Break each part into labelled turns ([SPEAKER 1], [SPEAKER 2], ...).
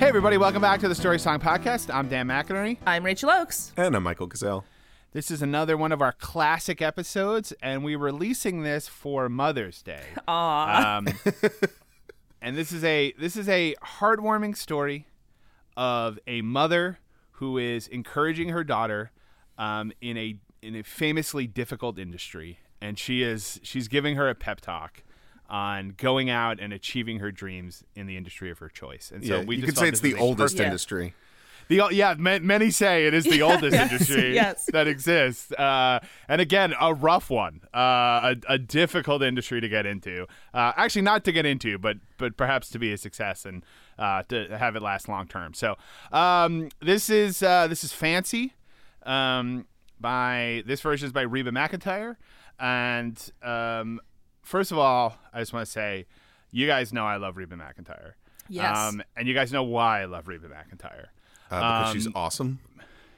[SPEAKER 1] everybody, welcome back to the Story Song Podcast. I'm Dan McInerney.
[SPEAKER 2] I'm Rachel Oakes.
[SPEAKER 3] And I'm Michael Gazelle.
[SPEAKER 1] This is another one of our classic episodes, and we're releasing this for Mother's Day.
[SPEAKER 2] Aw.
[SPEAKER 1] Um, and this is a this is a heartwarming story of a mother who is encouraging her daughter um, in a in a famously difficult industry, and she is she's giving her a pep talk on going out and achieving her dreams in the industry of her choice. And so
[SPEAKER 3] yeah,
[SPEAKER 1] we
[SPEAKER 3] you
[SPEAKER 1] just
[SPEAKER 3] could
[SPEAKER 1] thought
[SPEAKER 3] say it's
[SPEAKER 1] this
[SPEAKER 3] the
[SPEAKER 1] was a
[SPEAKER 3] oldest
[SPEAKER 2] Yeah.
[SPEAKER 3] industry.
[SPEAKER 1] the ol- yeah, ma- many say it is the oldest
[SPEAKER 2] Yes,
[SPEAKER 1] industry
[SPEAKER 2] yes.
[SPEAKER 1] that exists, uh, and again, a rough one, uh, a, a difficult industry to get into. Uh, actually, not to get into, but but perhaps to be a success and uh, to have it last long term. So um, this is uh, this is fancy. Um, by this version is by Reba McIntyre, and um, first of all, I just want to say, you guys know I love Reba McIntyre.
[SPEAKER 2] Yes.
[SPEAKER 1] Um, and you guys know why I love Reba McIntyre.
[SPEAKER 3] Uh, because she's awesome.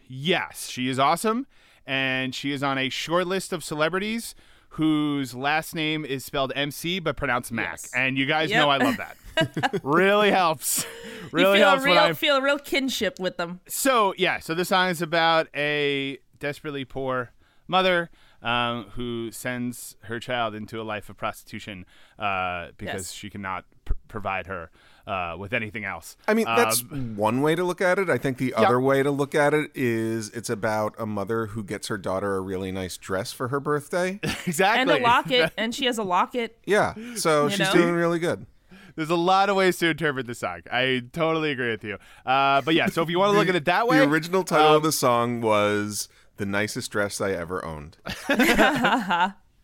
[SPEAKER 1] Yes, she is awesome, and she is on a short list of celebrities whose last name is spelled MC but pronounced Mac.
[SPEAKER 2] Yes.
[SPEAKER 1] And you guys
[SPEAKER 2] Yep.
[SPEAKER 1] know I love that. really helps. Really
[SPEAKER 2] you feel
[SPEAKER 1] helps
[SPEAKER 2] a
[SPEAKER 1] when
[SPEAKER 2] real
[SPEAKER 1] I'm
[SPEAKER 2] feel a real kinship with them.
[SPEAKER 1] so yeah, so this song is about a desperately poor mother um, who sends her child into a life of prostitution uh, because
[SPEAKER 2] Yes.
[SPEAKER 1] she cannot pr- provide her uh, with anything else.
[SPEAKER 3] I mean, that's
[SPEAKER 1] Um,
[SPEAKER 3] one way to look at it. I think the other way to look at it is it's about a mother who gets her daughter a really nice dress for her birthday.
[SPEAKER 1] exactly.
[SPEAKER 2] And a locket, and she has a locket.
[SPEAKER 3] Yeah. So
[SPEAKER 2] You
[SPEAKER 3] she's
[SPEAKER 2] know?
[SPEAKER 3] doing really good.
[SPEAKER 1] There's a lot of ways to interpret the song. I totally agree with you. Uh, but yeah, so if you want to look at it that way,
[SPEAKER 3] The original title of the song was The Nicest Dress I Ever Owned.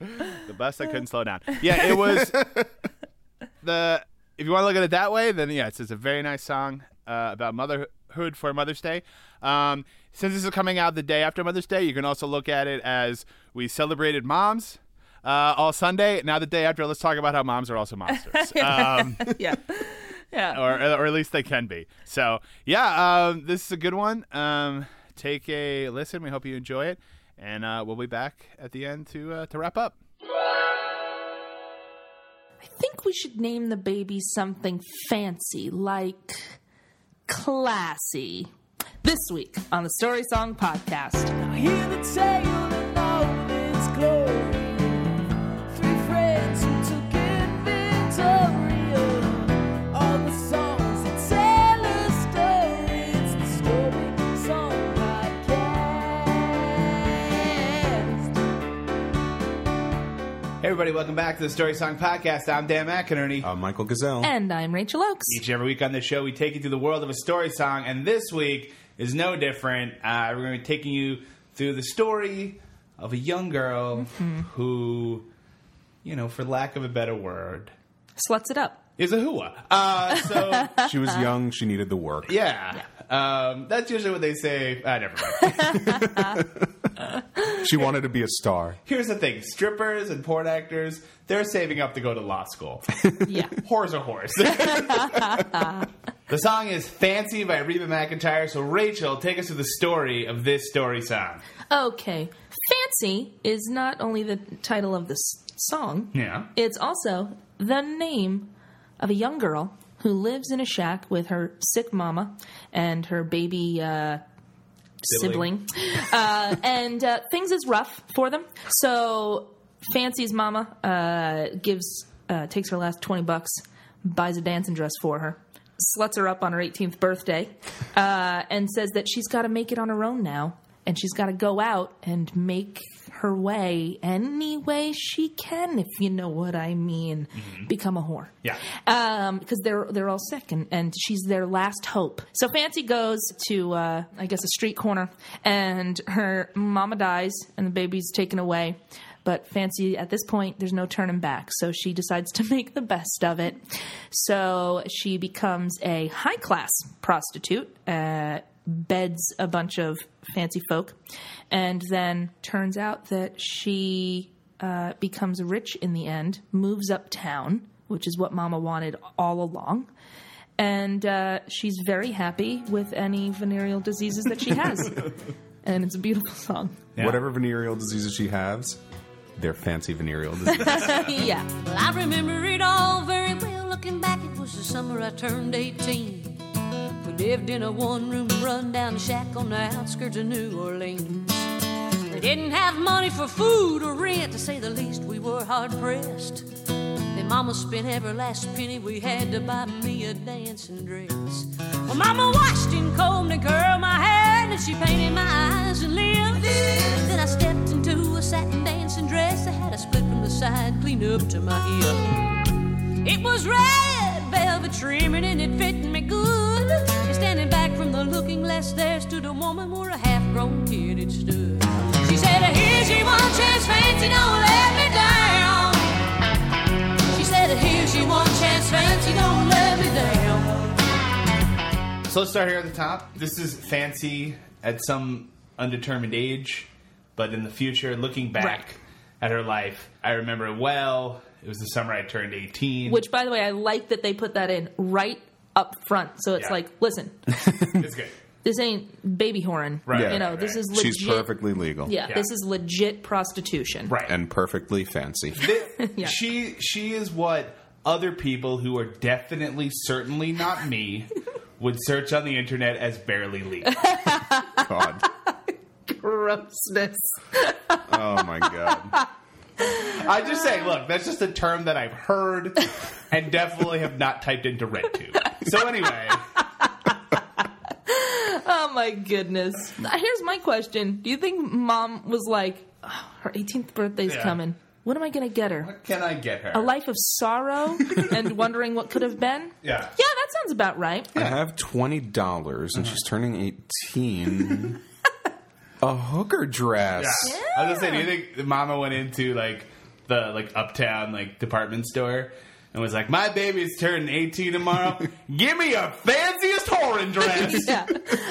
[SPEAKER 1] the bus I couldn't slow down. Yeah, it was the. If you want to look at it that way, then yeah, it's, it's a very nice song uh, about motherhood for Mother's Day. Um, since this is coming out the day after Mother's Day, you can also look at it as we celebrated moms uh, all Sunday. Now the day after, let's talk about how moms are also monsters. um,
[SPEAKER 2] yeah. Yeah.
[SPEAKER 1] or or at least they can be. So yeah, um, this is a good one. Um, take a listen. We hope you enjoy it, and uh, we'll be back at the end to uh, to wrap up.
[SPEAKER 4] I think we should name the baby something fancy, like classy. This week on the Story Song Podcast.
[SPEAKER 5] I hear the tale of love is glory. Three friends who took it victorious. All the songs that tell a story. It's the story song podcast.
[SPEAKER 1] Hey everybody, welcome back to the Story Song Podcast. I'm Dan McInerney.
[SPEAKER 3] Uh, Michael Gazelle.
[SPEAKER 4] And I'm Rachel Oakes.
[SPEAKER 1] Each and every week on this show, we take you through the world of a story song, and this week is no different. Uh, we're going to be taking you through the story of a young girl who, you know, for lack of a better word,
[SPEAKER 4] Sluts it up.
[SPEAKER 1] is a hua. Uh, so.
[SPEAKER 3] she was young. She needed the work.
[SPEAKER 1] Yeah. Um, that's usually what they say. Ah, never mind.
[SPEAKER 3] She wanted to be a star.
[SPEAKER 1] Here's the thing strippers and porn actors, they're saving up to go to law school.
[SPEAKER 4] Yeah.
[SPEAKER 1] Whore's a horse. the song is Fancy by Reba McIntyre. So, Rachel, take us through the story of this story song.
[SPEAKER 4] Okay. Fancy is not only the title of this song,
[SPEAKER 1] Yeah.
[SPEAKER 4] it's also the name of a young girl who lives in a shack with her sick mama and her baby uh,
[SPEAKER 1] Sibling.
[SPEAKER 4] sibling. uh, and uh, things is rough for them. So Fancy's mama uh, gives uh, takes her last twenty bucks, buys a dancing dress for her, sluts her up on her eighteenth birthday, uh, and says that she's got to make it on her own now, and she's got to go out and make her way any way she can, if you know what I mean. Become a whore
[SPEAKER 1] Yeah.
[SPEAKER 4] because Um, they're they're all sick and, and she's their last hope. So Fancy goes to uh, I guess a street corner and her mama dies and the baby's taken away. But Fancy at this point there's no turning back, so she decides to make the best of it. So she becomes a high class prostitute. Uh, beds a bunch of fancy folk and then turns out that she uh, becomes rich in the end, moves uptown, which is what Mama wanted all along. And uh, she's very happy with any venereal diseases that she has. and it's a beautiful song.
[SPEAKER 3] Whatever venereal diseases she has, they're fancy venereal diseases.
[SPEAKER 4] yeah.
[SPEAKER 6] Well, I remember it all very well. Looking back, it was the summer I turned 18. We
[SPEAKER 5] lived in a one room rundown shack on the outskirts of New Orleans. They didn't have money for food or rent, to say the least, we were hard pressed. Then Mama spent every last penny we had to buy me a dancing dress. Well, Mama washed and combed and curled my hair, and then she painted my eyes and lips. Then I stepped into a satin dancing dress that had a split from the side clean up to my hip. It was red velvet trimming and it fit me good. And standing back from the looking glass, there stood a woman where a half grown kid had stood. She said, Here's your one chance, fancy, don't let me down. She said, Here's your one chance, fancy, don't let me down.
[SPEAKER 1] So let's start here at the top. This is Fancy at some undetermined age, but in the future, looking back
[SPEAKER 4] Right.
[SPEAKER 1] at her life, I remember it well. It was the summer I turned 18.
[SPEAKER 4] Which, by the way, I like that they put that in right up front. So it's
[SPEAKER 1] Yeah.
[SPEAKER 4] like, listen,
[SPEAKER 1] is good.
[SPEAKER 4] this ain't baby horn.
[SPEAKER 1] Right,
[SPEAKER 4] You
[SPEAKER 1] right,
[SPEAKER 4] know,
[SPEAKER 1] right.
[SPEAKER 4] this is legit.
[SPEAKER 7] She's perfectly legal.
[SPEAKER 4] Yeah,
[SPEAKER 1] Yeah.
[SPEAKER 4] this is legit prostitution.
[SPEAKER 1] Right.
[SPEAKER 7] And perfectly fancy.
[SPEAKER 1] Thi-
[SPEAKER 4] Yeah.
[SPEAKER 1] She she is what other people who are definitely certainly not me would search on the internet as barely legal.
[SPEAKER 7] God.
[SPEAKER 4] Grossness.
[SPEAKER 7] Oh my God.
[SPEAKER 1] I just say, look, that's just a term that I've heard and definitely have not typed into RedTube. So anyway,
[SPEAKER 4] Oh my goodness. Here's my question. Do you think mom was like, "Oh, her 18th birthday's
[SPEAKER 1] Yeah.
[SPEAKER 4] coming. What am I going to get her?
[SPEAKER 1] can I get her?
[SPEAKER 4] A life of sorrow and wondering what could have been?
[SPEAKER 1] Yeah.
[SPEAKER 4] Yeah, that sounds about right.
[SPEAKER 7] I have twenty dollars and she's turning eighteen. A hooker dress.
[SPEAKER 1] Yeah. I was gonna say, do you think Mama went into like the like uptown like department store and was like, "My baby's turning eighteen tomorrow. Give me a fanciest whoring dress."
[SPEAKER 4] Yeah.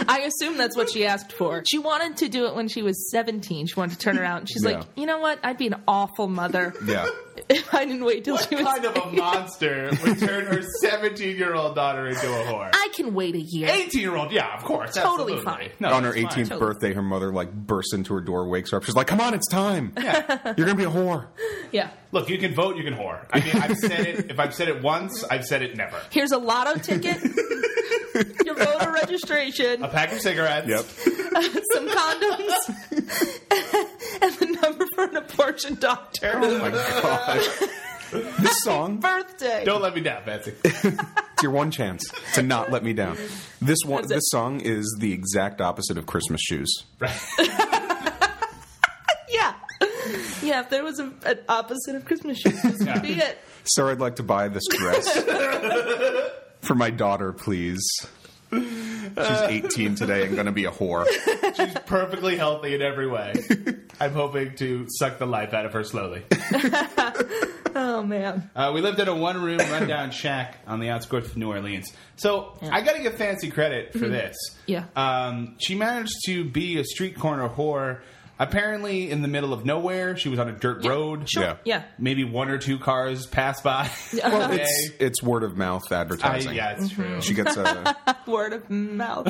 [SPEAKER 4] I assume that's what she asked for. She wanted to do it when she was 17. She wanted to turn around. She's
[SPEAKER 7] Yeah.
[SPEAKER 4] like, you know what? I'd be an awful mother
[SPEAKER 7] Yeah.
[SPEAKER 4] if I didn't wait till
[SPEAKER 1] What
[SPEAKER 4] she was.
[SPEAKER 1] kind of a monster would turn her seventeen-year-old daughter into a whore?
[SPEAKER 4] I can wait a year.
[SPEAKER 1] Eighteen-year-old, yeah, of course,
[SPEAKER 4] Totally
[SPEAKER 1] absolutely.
[SPEAKER 4] fine.
[SPEAKER 1] No,
[SPEAKER 7] On her
[SPEAKER 1] it's fine.
[SPEAKER 7] 18th
[SPEAKER 4] Totally.
[SPEAKER 7] birthday, her mother like bursts into her door, wakes her up. She's like, "Come on, it's time. You're gonna be a whore."
[SPEAKER 4] Yeah.
[SPEAKER 1] Look, you can vote, you can whore. I mean, I've said it. If I've said it once, I've said it never.
[SPEAKER 4] Here's a lotto ticket. Your voter registration,
[SPEAKER 1] A pack of cigarettes.
[SPEAKER 4] some condoms, and the number for an abortion doctor.
[SPEAKER 7] Oh my god. This song,
[SPEAKER 4] Birthday.
[SPEAKER 1] Don't let me down, Betsy.
[SPEAKER 7] it's your one chance to not let me down. This one,
[SPEAKER 4] That's it.
[SPEAKER 7] this song is the exact opposite of Christmas shoes.
[SPEAKER 4] Yeah. Yeah, if there was a, an opposite of Christmas shoes, this would be it.
[SPEAKER 7] Sir, I'd like to buy this dress for my daughter, please. She's
[SPEAKER 1] Uh.
[SPEAKER 7] 18 today and going to be a whore.
[SPEAKER 1] She's perfectly healthy in every way. I'm hoping to suck the life out of her slowly.
[SPEAKER 4] Oh, man.
[SPEAKER 1] Uh, we lived in a one room rundown shack on the outskirts of New Orleans. So I got to give Fancy credit for this.
[SPEAKER 4] Mm-hmm. Yeah.
[SPEAKER 1] Um, she managed to be a street corner whore. Apparently, in the middle of nowhere, she was on a dirt road.
[SPEAKER 4] Sure.
[SPEAKER 7] Yeah.
[SPEAKER 4] Yeah.
[SPEAKER 1] Maybe one or two cars passed by.
[SPEAKER 4] Well, Mm-hmm.
[SPEAKER 1] Okay.
[SPEAKER 7] It's, it's word of mouth
[SPEAKER 1] I,
[SPEAKER 7] advertising.
[SPEAKER 1] yeah, it's true.
[SPEAKER 7] She gets a.
[SPEAKER 4] Word of mouth.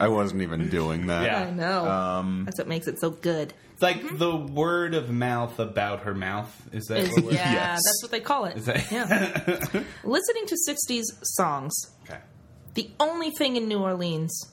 [SPEAKER 7] I wasn't even doing that.
[SPEAKER 1] Yeah.
[SPEAKER 4] I know.
[SPEAKER 1] Um,
[SPEAKER 4] That's what makes it so good.
[SPEAKER 1] It's like the word of mouth about her mouth. Is that
[SPEAKER 4] Mm-hmm. Is-
[SPEAKER 1] what we're
[SPEAKER 4] yeah,
[SPEAKER 7] Yes.
[SPEAKER 4] that's what they call it.
[SPEAKER 1] that-
[SPEAKER 4] Yeah. Listening to 60s songs,
[SPEAKER 1] Okay.
[SPEAKER 4] the only thing in New Orleans,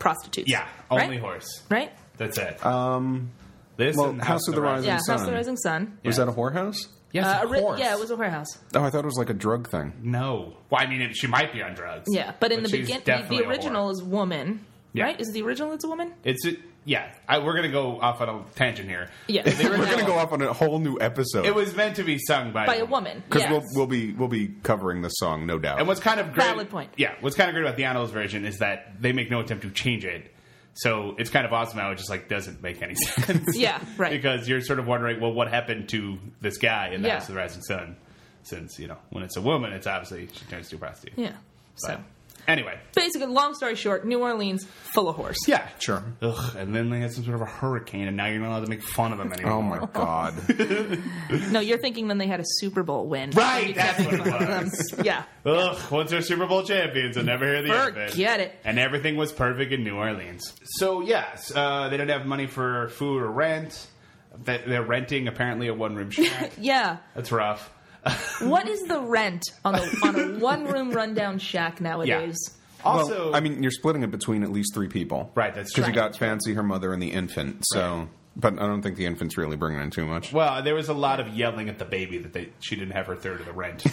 [SPEAKER 4] prostitutes.
[SPEAKER 1] Yeah,
[SPEAKER 4] Right?
[SPEAKER 1] only horse.
[SPEAKER 4] Right?
[SPEAKER 1] That's it.
[SPEAKER 7] Um,
[SPEAKER 1] this
[SPEAKER 7] well,
[SPEAKER 1] and
[SPEAKER 7] House of the Rising
[SPEAKER 4] Yeah, House of
[SPEAKER 7] Sun.
[SPEAKER 4] the Rising Sun.
[SPEAKER 7] Was
[SPEAKER 1] Yeah.
[SPEAKER 7] that a whorehouse?
[SPEAKER 1] Yes,
[SPEAKER 4] Uh,
[SPEAKER 1] of
[SPEAKER 4] a ri-
[SPEAKER 1] course.
[SPEAKER 4] yeah, it was a warehouse.
[SPEAKER 7] Oh, I thought it was like a drug thing.
[SPEAKER 1] No. Well, I mean, it, she might be on drugs.
[SPEAKER 4] Yeah, but in the
[SPEAKER 1] she's
[SPEAKER 4] beginning, the,
[SPEAKER 1] definitely
[SPEAKER 4] the
[SPEAKER 1] a
[SPEAKER 4] original
[SPEAKER 1] whore.
[SPEAKER 4] is woman,
[SPEAKER 1] Yeah.
[SPEAKER 4] right? Is the original it's a woman?
[SPEAKER 1] It's it, yeah. I, we're gonna go off on a tangent here.
[SPEAKER 4] Yeah,
[SPEAKER 7] We're going to go off on a whole new episode.
[SPEAKER 1] It was meant to be sung by
[SPEAKER 4] by a woman.
[SPEAKER 7] because
[SPEAKER 4] yes.
[SPEAKER 7] we'll, we'll be we'll be covering the song, no doubt.
[SPEAKER 1] And what's kind of great,
[SPEAKER 4] Valid point.
[SPEAKER 1] Yeah, what's kind of great about the Annals version is that they make no attempt to change it. So it's kind of awesome how it just like doesn't make any sense.
[SPEAKER 4] yeah, right.
[SPEAKER 1] because you're sort of wondering, well, what happened to this guy in the
[SPEAKER 4] Yeah.
[SPEAKER 1] House of the Rising Sun? Since you know, when it's a woman, it's obviously she turns to a prostitute.
[SPEAKER 4] yeah.
[SPEAKER 1] But
[SPEAKER 4] So
[SPEAKER 1] anyway,
[SPEAKER 4] basically, long story short, New Orleans full of horse.
[SPEAKER 1] yeah,
[SPEAKER 7] Sure.
[SPEAKER 1] Ugh, and then they had some sort of a hurricane, and now you're not allowed to make fun of them anymore.
[SPEAKER 7] Oh my god.
[SPEAKER 4] No, you're thinking then they had a Super Bowl win.
[SPEAKER 7] Oh.
[SPEAKER 1] Right, that's what it was.
[SPEAKER 4] Yeah.
[SPEAKER 1] Ugh, once they're Super Bowl champions, they'll never hear the end of it.
[SPEAKER 4] Forget it.
[SPEAKER 1] And everything was perfect in New Orleans. So, yes, uh, they don't have money for food or rent. They- They're renting, apparently, a one room shack.
[SPEAKER 4] Yeah.
[SPEAKER 1] That's rough.
[SPEAKER 4] What is the rent on a, on a one room rundown shack nowadays?
[SPEAKER 1] Also,
[SPEAKER 7] I mean, you're splitting it between at least three people,
[SPEAKER 1] Right, that's
[SPEAKER 7] Because you
[SPEAKER 1] true.
[SPEAKER 7] got Fancy, her mother, and the infant. So, but I don't think the infant's really bringing in too much.
[SPEAKER 1] well, there was a lot of yelling at the baby that they she didn't have her third of the rent.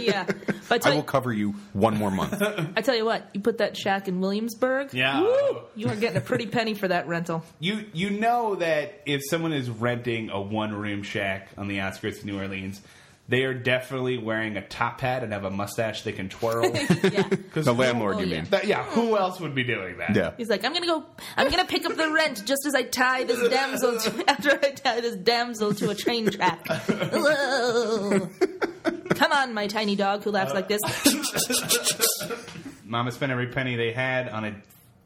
[SPEAKER 4] yeah. uh, But
[SPEAKER 7] I will cover you one more month.
[SPEAKER 4] I tell you what, you put that shack in Williamsburg.
[SPEAKER 1] Yeah.
[SPEAKER 4] Woo, you are getting a pretty penny for that rental.
[SPEAKER 1] you you know that if someone is renting a one room shack on the outskirts of New Orleans, they are definitely wearing a top hat and have a mustache they can twirl.
[SPEAKER 4] Yeah.
[SPEAKER 7] the landlord, you
[SPEAKER 4] yeah.
[SPEAKER 7] mean?
[SPEAKER 1] That- yeah, who else would be doing that?
[SPEAKER 7] Yeah.
[SPEAKER 4] He's like, I'm gonna go. I'm gonna pick up the rent just as I tie this damsel to, after I tie this damsel to a train track. Whoa. Come on, my tiny dog who laughs like this.
[SPEAKER 1] Mama spent every penny they had on a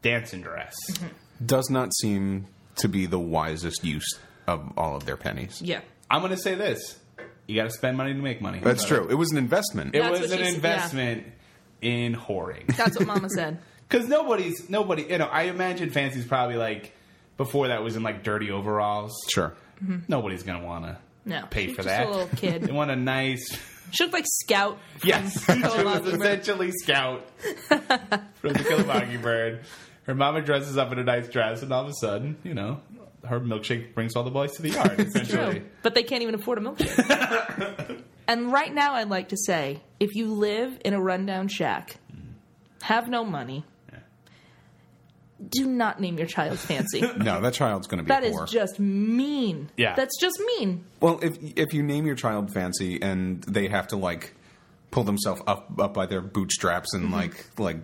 [SPEAKER 1] dancing dress.
[SPEAKER 4] Mm-hmm.
[SPEAKER 7] Does not seem to be the wisest use of all of their pennies.
[SPEAKER 4] Yeah.
[SPEAKER 1] I'm going to say this. You got to spend money to make money.
[SPEAKER 7] That's true. It was an investment.
[SPEAKER 1] It
[SPEAKER 4] That's
[SPEAKER 1] was
[SPEAKER 4] what
[SPEAKER 1] an
[SPEAKER 4] she said, yeah.
[SPEAKER 1] investment in whoring.
[SPEAKER 4] That's what Mama said.
[SPEAKER 1] Because nobody's nobody. You know, I imagine Fancy's probably like before that was in like dirty overalls.
[SPEAKER 7] sure.
[SPEAKER 1] Nobody's gonna wanna
[SPEAKER 4] No,
[SPEAKER 1] pay
[SPEAKER 4] she's
[SPEAKER 1] for
[SPEAKER 4] just
[SPEAKER 1] that.
[SPEAKER 4] a little kid.
[SPEAKER 1] they want a nice.
[SPEAKER 4] She looked like Scout.
[SPEAKER 1] Yes, she was essentially Scout from the Kill a Mockingbird. Her mama dresses up in a nice dress, and all of a sudden, you know, her milkshake brings all the boys to the yard. Essentially,
[SPEAKER 4] True. But they can't even afford a milkshake. and right now, I'd like to say if you live in a rundown shack, have no money, do not name your child's fancy.
[SPEAKER 7] No, that child's going to be
[SPEAKER 4] that is
[SPEAKER 7] poor.
[SPEAKER 4] just mean.
[SPEAKER 1] Yeah.
[SPEAKER 4] That's just mean.
[SPEAKER 7] well, if if you name your child Fancy and they have to like pull themselves up up by their bootstraps and like like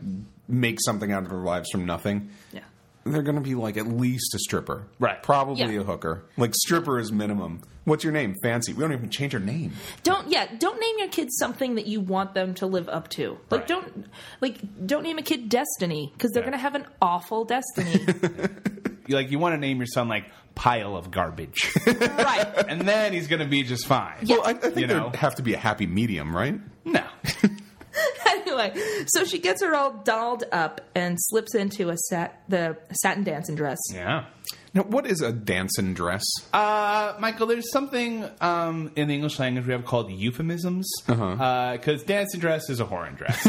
[SPEAKER 7] make something out of their lives from nothing,
[SPEAKER 4] Yeah.
[SPEAKER 7] they're going to be like at least a stripper,
[SPEAKER 1] Right.
[SPEAKER 7] Probably
[SPEAKER 4] Yeah.
[SPEAKER 7] a hooker. Like stripper is minimum. What's your name? Fancy. We don't even change her name.
[SPEAKER 4] Don't yeah, don't name your kids something that you want them to live up to. Like
[SPEAKER 1] Right.
[SPEAKER 4] don't like don't name a kid destiny because they're
[SPEAKER 1] Yeah.
[SPEAKER 4] going to have an awful destiny.
[SPEAKER 1] you, like you want to name your son like pile of garbage,
[SPEAKER 4] right.
[SPEAKER 1] and then he's gonna be just fine.
[SPEAKER 7] Well, I, I think
[SPEAKER 1] You
[SPEAKER 7] there
[SPEAKER 1] know.
[SPEAKER 7] would have to be a happy medium, right?
[SPEAKER 1] No,
[SPEAKER 4] anyway, so she gets her all dolled up and slips into a sat the satin dancing dress.
[SPEAKER 1] yeah.
[SPEAKER 7] Now, what is a dancing dress?
[SPEAKER 1] Uh, Michael, there's something um, in the English language we have called euphemisms. Because dancing dress is a whoring dress.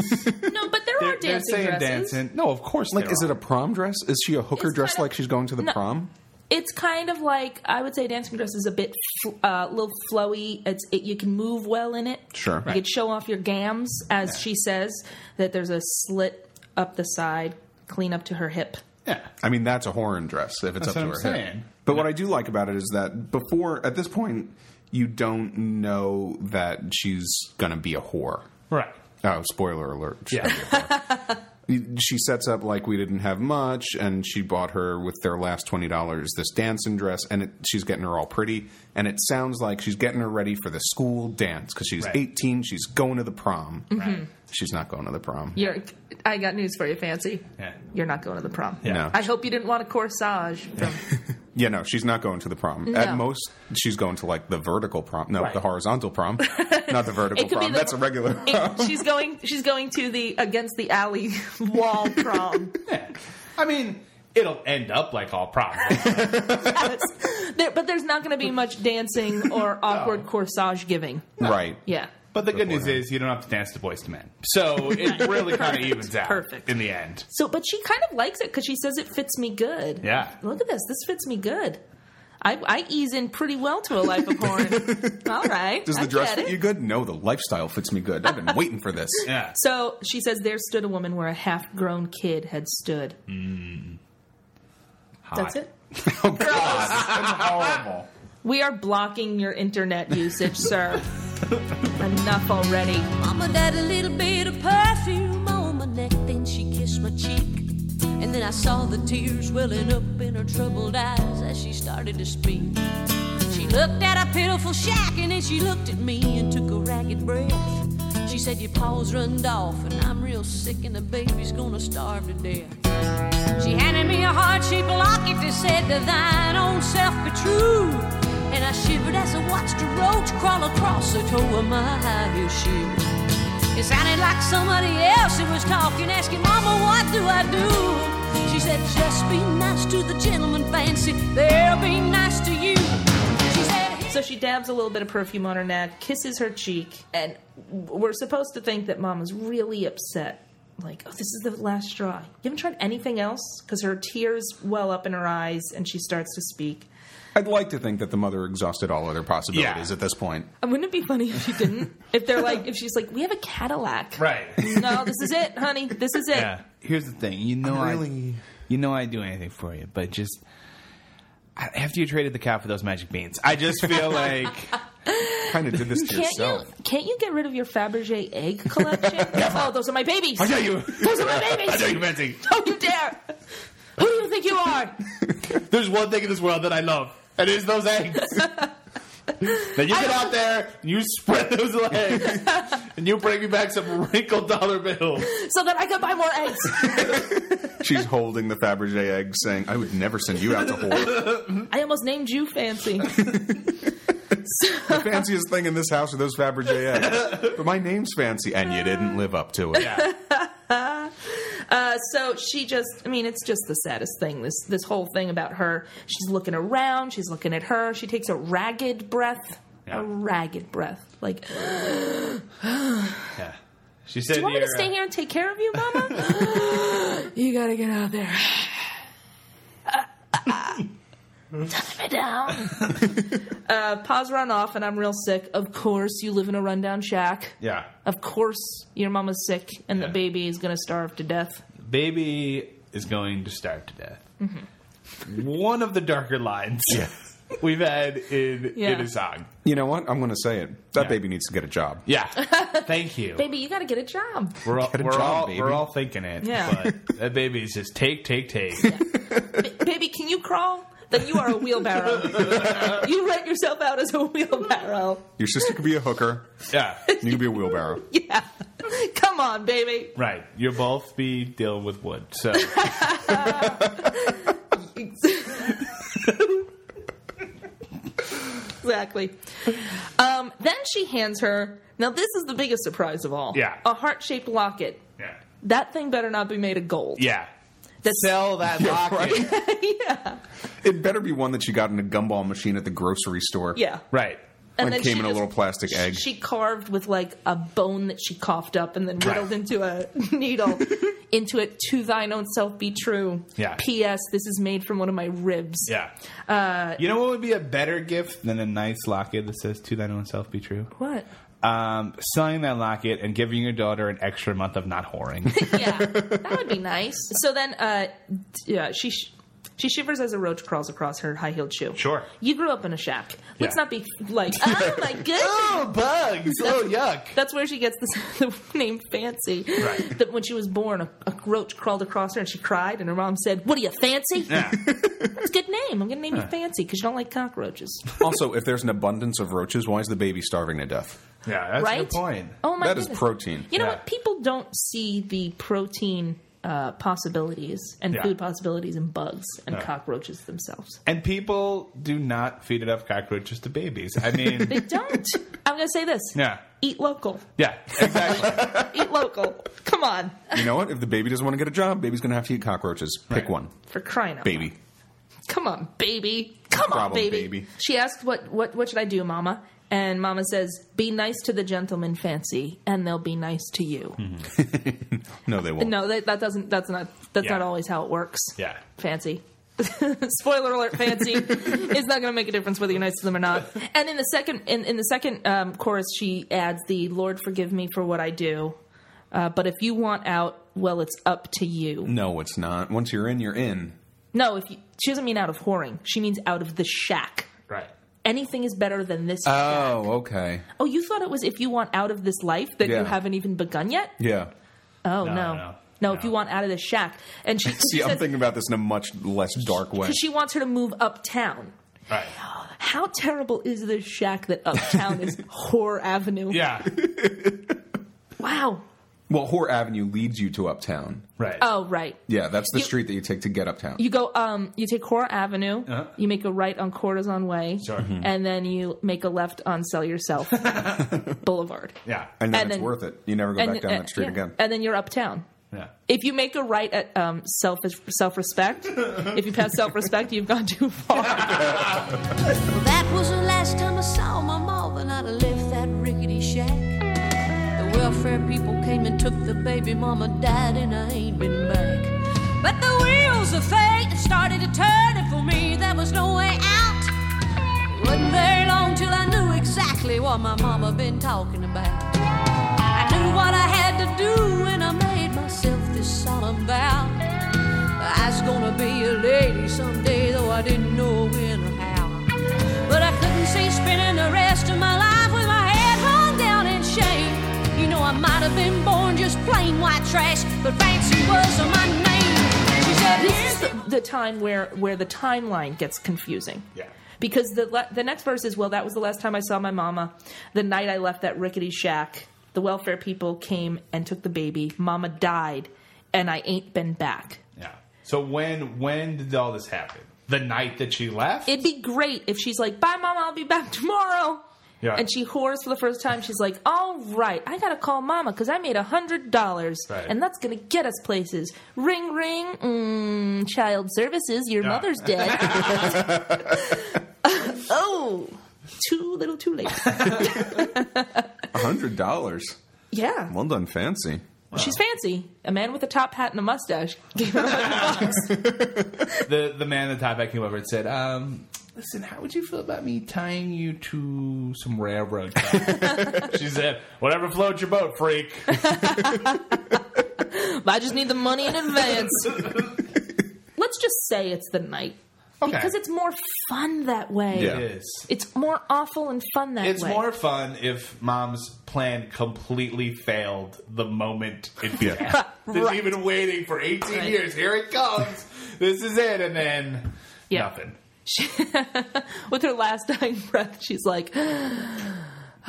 [SPEAKER 4] No, but there are
[SPEAKER 1] They're
[SPEAKER 4] dancing
[SPEAKER 1] saying
[SPEAKER 4] dresses.
[SPEAKER 1] dancing. No, of course.
[SPEAKER 7] like,
[SPEAKER 1] there
[SPEAKER 7] is it a
[SPEAKER 1] are.
[SPEAKER 7] prom dress? Is she a hooker
[SPEAKER 4] It's
[SPEAKER 7] dressed
[SPEAKER 4] kind of-
[SPEAKER 7] like she's going to the
[SPEAKER 4] No.
[SPEAKER 7] prom?
[SPEAKER 4] It's kind of like I would say dancing dress is a bit fl- uh, a little flowy. It's it, you can move well in it.
[SPEAKER 7] Sure.
[SPEAKER 4] you could show off your gams, as she says that there's a slit up the side, clean up to her hip.
[SPEAKER 1] Yeah.
[SPEAKER 7] I mean, that's a whoring dress if it's
[SPEAKER 1] That's
[SPEAKER 7] up to
[SPEAKER 1] what
[SPEAKER 7] her
[SPEAKER 1] I'm
[SPEAKER 7] hip.
[SPEAKER 1] saying.
[SPEAKER 7] But what I do like about it is that before, at this point, you don't know that she's going to be a whore.
[SPEAKER 1] Right.
[SPEAKER 7] Oh, spoiler alert. She's
[SPEAKER 1] Yeah.
[SPEAKER 7] gonna be a whore. she sets up like we didn't have much, and she bought her with their last $20 this dancing dress, and it, she's getting her all pretty. And it sounds like she's getting her ready for the school dance because she's
[SPEAKER 1] Right.
[SPEAKER 7] 18, she's going to the prom.
[SPEAKER 4] Mm-hmm.
[SPEAKER 1] Right.
[SPEAKER 7] She's not going to the prom.
[SPEAKER 4] You're, I got news for you, Fancy.
[SPEAKER 1] Yeah.
[SPEAKER 4] You're not going to the prom.
[SPEAKER 7] No.
[SPEAKER 4] I hope you didn't want a corsage. From,
[SPEAKER 7] Yeah, no, she's not going to the prom. At most, she's going to like the vertical prom. No,
[SPEAKER 1] Right.
[SPEAKER 7] the horizontal prom, not the vertical
[SPEAKER 4] It could be
[SPEAKER 7] prom.
[SPEAKER 4] the-
[SPEAKER 7] That's a regular. prom.
[SPEAKER 4] she's going. She's going to the against the alley wall prom.
[SPEAKER 1] Yeah. I mean, it'll end up like all problems.
[SPEAKER 4] There- but there's not going to be much dancing or awkward corsage giving.
[SPEAKER 7] right.
[SPEAKER 4] Yeah.
[SPEAKER 1] But the good news is you don't have to dance to boys to men. So it really kind of evens out
[SPEAKER 4] Perfect.
[SPEAKER 1] in the end.
[SPEAKER 4] So, but she kind of likes it because she says it fits me good.
[SPEAKER 1] Yeah.
[SPEAKER 4] Look at this. This fits me good. I, I ease in pretty well to a life of porn. All right.
[SPEAKER 7] Does the
[SPEAKER 4] I
[SPEAKER 7] dress
[SPEAKER 4] get
[SPEAKER 7] fit
[SPEAKER 4] it.
[SPEAKER 7] you good? No, the lifestyle fits me good. I've been waiting for this.
[SPEAKER 1] Yeah.
[SPEAKER 4] So she says, "There stood a woman where a half-grown kid had stood."
[SPEAKER 1] Hot.
[SPEAKER 4] That's it. uh,
[SPEAKER 1] Horrible.
[SPEAKER 4] We are blocking your internet usage, sir. Enough already.
[SPEAKER 6] Mama did a little bit of perfume on my neck, then she kissed my cheek. And then I saw the tears welling up in her troubled eyes as she started to speak. She looked at a pitiful shack and then she looked at me and took a ragged breath. She said, Your paws runned off, and I'm real sick, and the baby's gonna starve to death. She handed me a heart-shaped locket that said to thine own self be true. And I shivered as I watched a roach crawl across the toe of my high heel shoe. It sounded like somebody else who was talking, asking, Mama, what do I do? She said, just be nice to the gentleman fancy. They'll be nice to you. She said,
[SPEAKER 4] So she dabs a little bit of perfume on her neck, kisses her cheek, and we're supposed to think that mom is really upset like, oh, this is the last straw. You haven't tried anything else? Because her tears well up in her eyes and she starts to speak.
[SPEAKER 7] I'd like to think that the mother exhausted all other possibilities at this point.
[SPEAKER 4] Uh, Wouldn't it be funny if she didn't? if they're like, if she's like, we have a Cadillac.
[SPEAKER 1] Right.
[SPEAKER 4] No, this is it, honey. This is it.
[SPEAKER 1] yeah. Here's the thing. You know,
[SPEAKER 7] I'm
[SPEAKER 1] I
[SPEAKER 7] really-
[SPEAKER 1] you know I'd do anything for you, but just I- after you traded the cow for those magic beans, I just feel like
[SPEAKER 7] Kind of did this to
[SPEAKER 4] Can't
[SPEAKER 7] yourself.
[SPEAKER 4] you can't you get rid of your Fabergé egg collection? oh, those are my babies.
[SPEAKER 1] I know you.
[SPEAKER 4] Those are my babies.
[SPEAKER 1] I know you, Betsy.
[SPEAKER 4] Don't you dare! Who do you think you are?
[SPEAKER 1] There's one thing in this world that I love, and it is those eggs. Then you get out there, and you spread those legs, and you bring me back some wrinkled dollar bills.
[SPEAKER 4] So that I can buy more eggs.
[SPEAKER 7] She's holding the Fabergé egg, saying, "I would never send you out to whore.
[SPEAKER 4] I almost named you Fancy.
[SPEAKER 7] The fanciest thing in this house are those Fabergé eggs. But my name's fancy, and you didn't live up to it.
[SPEAKER 1] Yeah.
[SPEAKER 4] Uh, so she just, I mean, it's just the saddest thing. This this whole thing about her. She's looking around. She's looking at her. She takes a ragged breath.
[SPEAKER 1] Yeah.
[SPEAKER 4] A ragged breath. Like,
[SPEAKER 1] yeah. She said,
[SPEAKER 4] do you want me to
[SPEAKER 1] "You're,
[SPEAKER 4] stay
[SPEAKER 1] uh,
[SPEAKER 4] here and take care of you, Mama? you gotta get out there. Tie me down. uh, paws run off, and I'm real sick. Of course, you live in a rundown shack.
[SPEAKER 1] Yeah.
[SPEAKER 4] Of course, your mama's sick, and the
[SPEAKER 1] Yeah.
[SPEAKER 4] baby is gonna starve to death.
[SPEAKER 1] baby is going to starve to death.
[SPEAKER 4] Mm-hmm.
[SPEAKER 1] One of the darker lines we've had in in
[SPEAKER 4] Yeah.
[SPEAKER 1] a song.
[SPEAKER 7] You know what? I'm going to say it. That
[SPEAKER 1] Yeah.
[SPEAKER 7] baby needs to get a job.
[SPEAKER 1] Yeah, thank you.
[SPEAKER 4] Baby, you gotta get a job.
[SPEAKER 1] We're all,
[SPEAKER 7] Get a
[SPEAKER 1] we're,
[SPEAKER 7] job,
[SPEAKER 1] all
[SPEAKER 7] baby.
[SPEAKER 1] we're all thinking it.
[SPEAKER 4] Yeah.
[SPEAKER 1] but that baby is just take, take, take.
[SPEAKER 4] Ba- baby, can you crawl? Then you are a wheelbarrow. you rent yourself out as a wheelbarrow.
[SPEAKER 7] Your sister could be a hooker.
[SPEAKER 1] yeah,
[SPEAKER 7] You could be a wheelbarrow.
[SPEAKER 4] Yeah. Come on, baby.
[SPEAKER 1] right. You'll both be dealing with wood. So
[SPEAKER 4] Exactly. Um, then she hands her. Now, this is the biggest surprise of all.
[SPEAKER 1] Yeah.
[SPEAKER 4] A heart shaped locket.
[SPEAKER 1] yeah,
[SPEAKER 4] That thing better not be made of gold.
[SPEAKER 1] yeah.
[SPEAKER 4] That's,
[SPEAKER 1] Sell that locket. Right.
[SPEAKER 7] It better be one that you got in a gumball machine at the grocery store.
[SPEAKER 4] yeah.
[SPEAKER 7] Like came
[SPEAKER 4] she
[SPEAKER 7] in a
[SPEAKER 4] just-
[SPEAKER 7] little plastic
[SPEAKER 4] sh-
[SPEAKER 7] egg.
[SPEAKER 4] She carved with like a bone that she coughed up and then whittled
[SPEAKER 1] Right.
[SPEAKER 4] into a needle into it. To thine own self be true.
[SPEAKER 1] Yeah.
[SPEAKER 4] P.S. This is made from one of my ribs.
[SPEAKER 1] Yeah. you know what would be a better gift than a nice locket that says "To thine own self be true"?
[SPEAKER 4] What?
[SPEAKER 1] Um, selling that locket and giving your daughter an extra month of not whoring.
[SPEAKER 4] Yeah, that would be nice. So then, uh, d- yeah, she sh- she shivers as a roach crawls across her high heeled shoe.
[SPEAKER 1] Sure.
[SPEAKER 4] You grew up in a shack. Let's
[SPEAKER 1] Yeah.
[SPEAKER 4] not be like, oh my goodness.
[SPEAKER 1] Oh, bugs! Oh, yuck!
[SPEAKER 4] That's where she gets this, the name Fancy.
[SPEAKER 1] Right.
[SPEAKER 4] That when she was born, a, a roach crawled across her and she cried, and her mom said, "What are you fancy?
[SPEAKER 1] Yeah.
[SPEAKER 4] That's a good name. I'm gonna name you Fancy because you don't like cockroaches,
[SPEAKER 7] also, if there's an abundance of roaches, why is the baby starving to death?
[SPEAKER 1] Yeah, that's
[SPEAKER 4] right?
[SPEAKER 1] a good point.
[SPEAKER 4] Oh my
[SPEAKER 7] That is
[SPEAKER 4] goodness.
[SPEAKER 7] protein.
[SPEAKER 4] You know
[SPEAKER 1] Yeah.
[SPEAKER 4] what? People don't see the protein uh, possibilities and
[SPEAKER 1] Yeah.
[SPEAKER 4] food possibilities in bugs and cockroaches themselves.
[SPEAKER 1] And people do not feed enough cockroaches to babies. I
[SPEAKER 4] They
[SPEAKER 1] mean,
[SPEAKER 4] don't. I'm going to say this.
[SPEAKER 1] yeah,
[SPEAKER 4] Eat local.
[SPEAKER 1] yeah, exactly.
[SPEAKER 4] Eat local. Come on.
[SPEAKER 7] You know what? If the baby doesn't want to get a job, baby's going to have to eat cockroaches. Pick
[SPEAKER 1] Right.
[SPEAKER 7] one,
[SPEAKER 4] For crying out
[SPEAKER 7] baby.
[SPEAKER 4] loud. Come on, baby. Come on,
[SPEAKER 7] problem,
[SPEAKER 4] baby.
[SPEAKER 7] baby.
[SPEAKER 4] She asks, what, what, what should I do, Mama? And Mama says, Be nice to the gentleman fancy, and they'll be nice to you.
[SPEAKER 7] No, they won't.
[SPEAKER 4] No, that, that doesn't. That's not. That's
[SPEAKER 1] Yeah.
[SPEAKER 4] not always how it works.
[SPEAKER 1] Yeah.
[SPEAKER 4] fancy. Spoiler alert: Fancy is not going to make a difference whether you're nice to them or not. And in the second, in, in the second um, chorus, she adds the "Lord forgive me for what I do, uh, but if you want out, well, it's up to you."
[SPEAKER 7] No, it's not. Once you're in, you're in.
[SPEAKER 4] No, if you, she doesn't mean out of whoring, she means out of the shack.
[SPEAKER 1] Right.
[SPEAKER 4] Anything is better than this. shack.
[SPEAKER 7] Oh, okay.
[SPEAKER 4] Oh, you thought it was if you want out of this life that
[SPEAKER 7] Yeah.
[SPEAKER 4] you haven't even begun yet?
[SPEAKER 7] Yeah.
[SPEAKER 4] Oh
[SPEAKER 1] No,
[SPEAKER 4] no,
[SPEAKER 1] no,
[SPEAKER 4] no,
[SPEAKER 1] no.
[SPEAKER 4] if you want out of the shack, and she
[SPEAKER 7] See, I'm
[SPEAKER 4] says-
[SPEAKER 7] thinking about this in a much less dark way.
[SPEAKER 4] because she wants her to move uptown.
[SPEAKER 1] Right.
[SPEAKER 4] How terrible is this shack that uptown is Whore Avenue?
[SPEAKER 1] Yeah.
[SPEAKER 4] Wow.
[SPEAKER 7] Well, Whore Avenue leads you to Uptown.
[SPEAKER 1] Right.
[SPEAKER 4] Oh, right.
[SPEAKER 7] Yeah, that's the
[SPEAKER 4] You-
[SPEAKER 7] street that you take to get Uptown.
[SPEAKER 4] You go, um, you take Whore Avenue,
[SPEAKER 7] Uh-huh.
[SPEAKER 4] you make a right on Cortazon Way,
[SPEAKER 1] Sure. Mhm.
[SPEAKER 4] and then you make a left on Sell Yourself Boulevard.
[SPEAKER 1] Yeah.
[SPEAKER 7] and then
[SPEAKER 4] and
[SPEAKER 7] it's
[SPEAKER 4] then-
[SPEAKER 7] worth it. You never go back down
[SPEAKER 4] uh,
[SPEAKER 7] that street
[SPEAKER 4] yeah.
[SPEAKER 7] again.
[SPEAKER 4] And then you're uptown.
[SPEAKER 1] Yeah.
[SPEAKER 4] If you make a right at um, self self respect, if you pass self respect, you've gone too far.
[SPEAKER 6] Well, that was the last time I saw my mama, and I left that rickety shack. The welfare people came and took the baby. Mama died and I ain't been back. But the wheels of fate had started to turn, and for me there was no way out. It wasn't very long till I knew exactly what my mama been talking about. I knew what I had to do, and I made myself this solemn vow. I was gonna be a lady someday, though I didn't know when or how. But I couldn't see spending the rest of my life with my head hung down in shame. You know, I might have been born just plain white trash, but Fancy was my name. She said,
[SPEAKER 4] This is the, the time where where the timeline gets confusing.
[SPEAKER 1] Yeah.
[SPEAKER 4] Because the le- the next verse is well, that was the last time I saw my mama. The night I left that rickety shack, the welfare people came and took the baby. Mama died, and I ain't been back.
[SPEAKER 1] Yeah. So when when did all this happen? The night that she left?
[SPEAKER 4] It'd be great if she's like, "Bye, mama, I'll be back tomorrow."
[SPEAKER 1] Yeah.
[SPEAKER 4] And she whores for the first time. She's like, "All right, I gotta call mama because I made a hundred dollars,
[SPEAKER 1] Right.
[SPEAKER 4] and that's gonna get us places." Ring, ring. Mm, child services. Your
[SPEAKER 1] Yeah.
[SPEAKER 4] mother's dead. oh, too little, too late.
[SPEAKER 7] hundred dollars.
[SPEAKER 4] Yeah,
[SPEAKER 7] Well done, fancy.
[SPEAKER 4] she's fancy. A man with a top hat and a mustache.
[SPEAKER 1] the the man in the top hat came over and said, um, "Listen, how would you feel about me tying you to some railroad?" track?" she said, "Whatever floats your boat, freak."
[SPEAKER 4] I just need the money in advance. Let's just say it's the night
[SPEAKER 1] Okay,
[SPEAKER 4] because it's more fun that way.
[SPEAKER 7] Yeah.
[SPEAKER 1] it is.
[SPEAKER 4] It's more awful and fun that
[SPEAKER 1] It's
[SPEAKER 4] way.
[SPEAKER 1] more fun if mom's plan completely failed the moment it began. That
[SPEAKER 4] Right.
[SPEAKER 1] She's been waiting for 18
[SPEAKER 4] Right.
[SPEAKER 1] years. Here it comes. this is it. And then
[SPEAKER 4] Yeah.
[SPEAKER 1] nothing.
[SPEAKER 4] With her last dying breath, she's like, I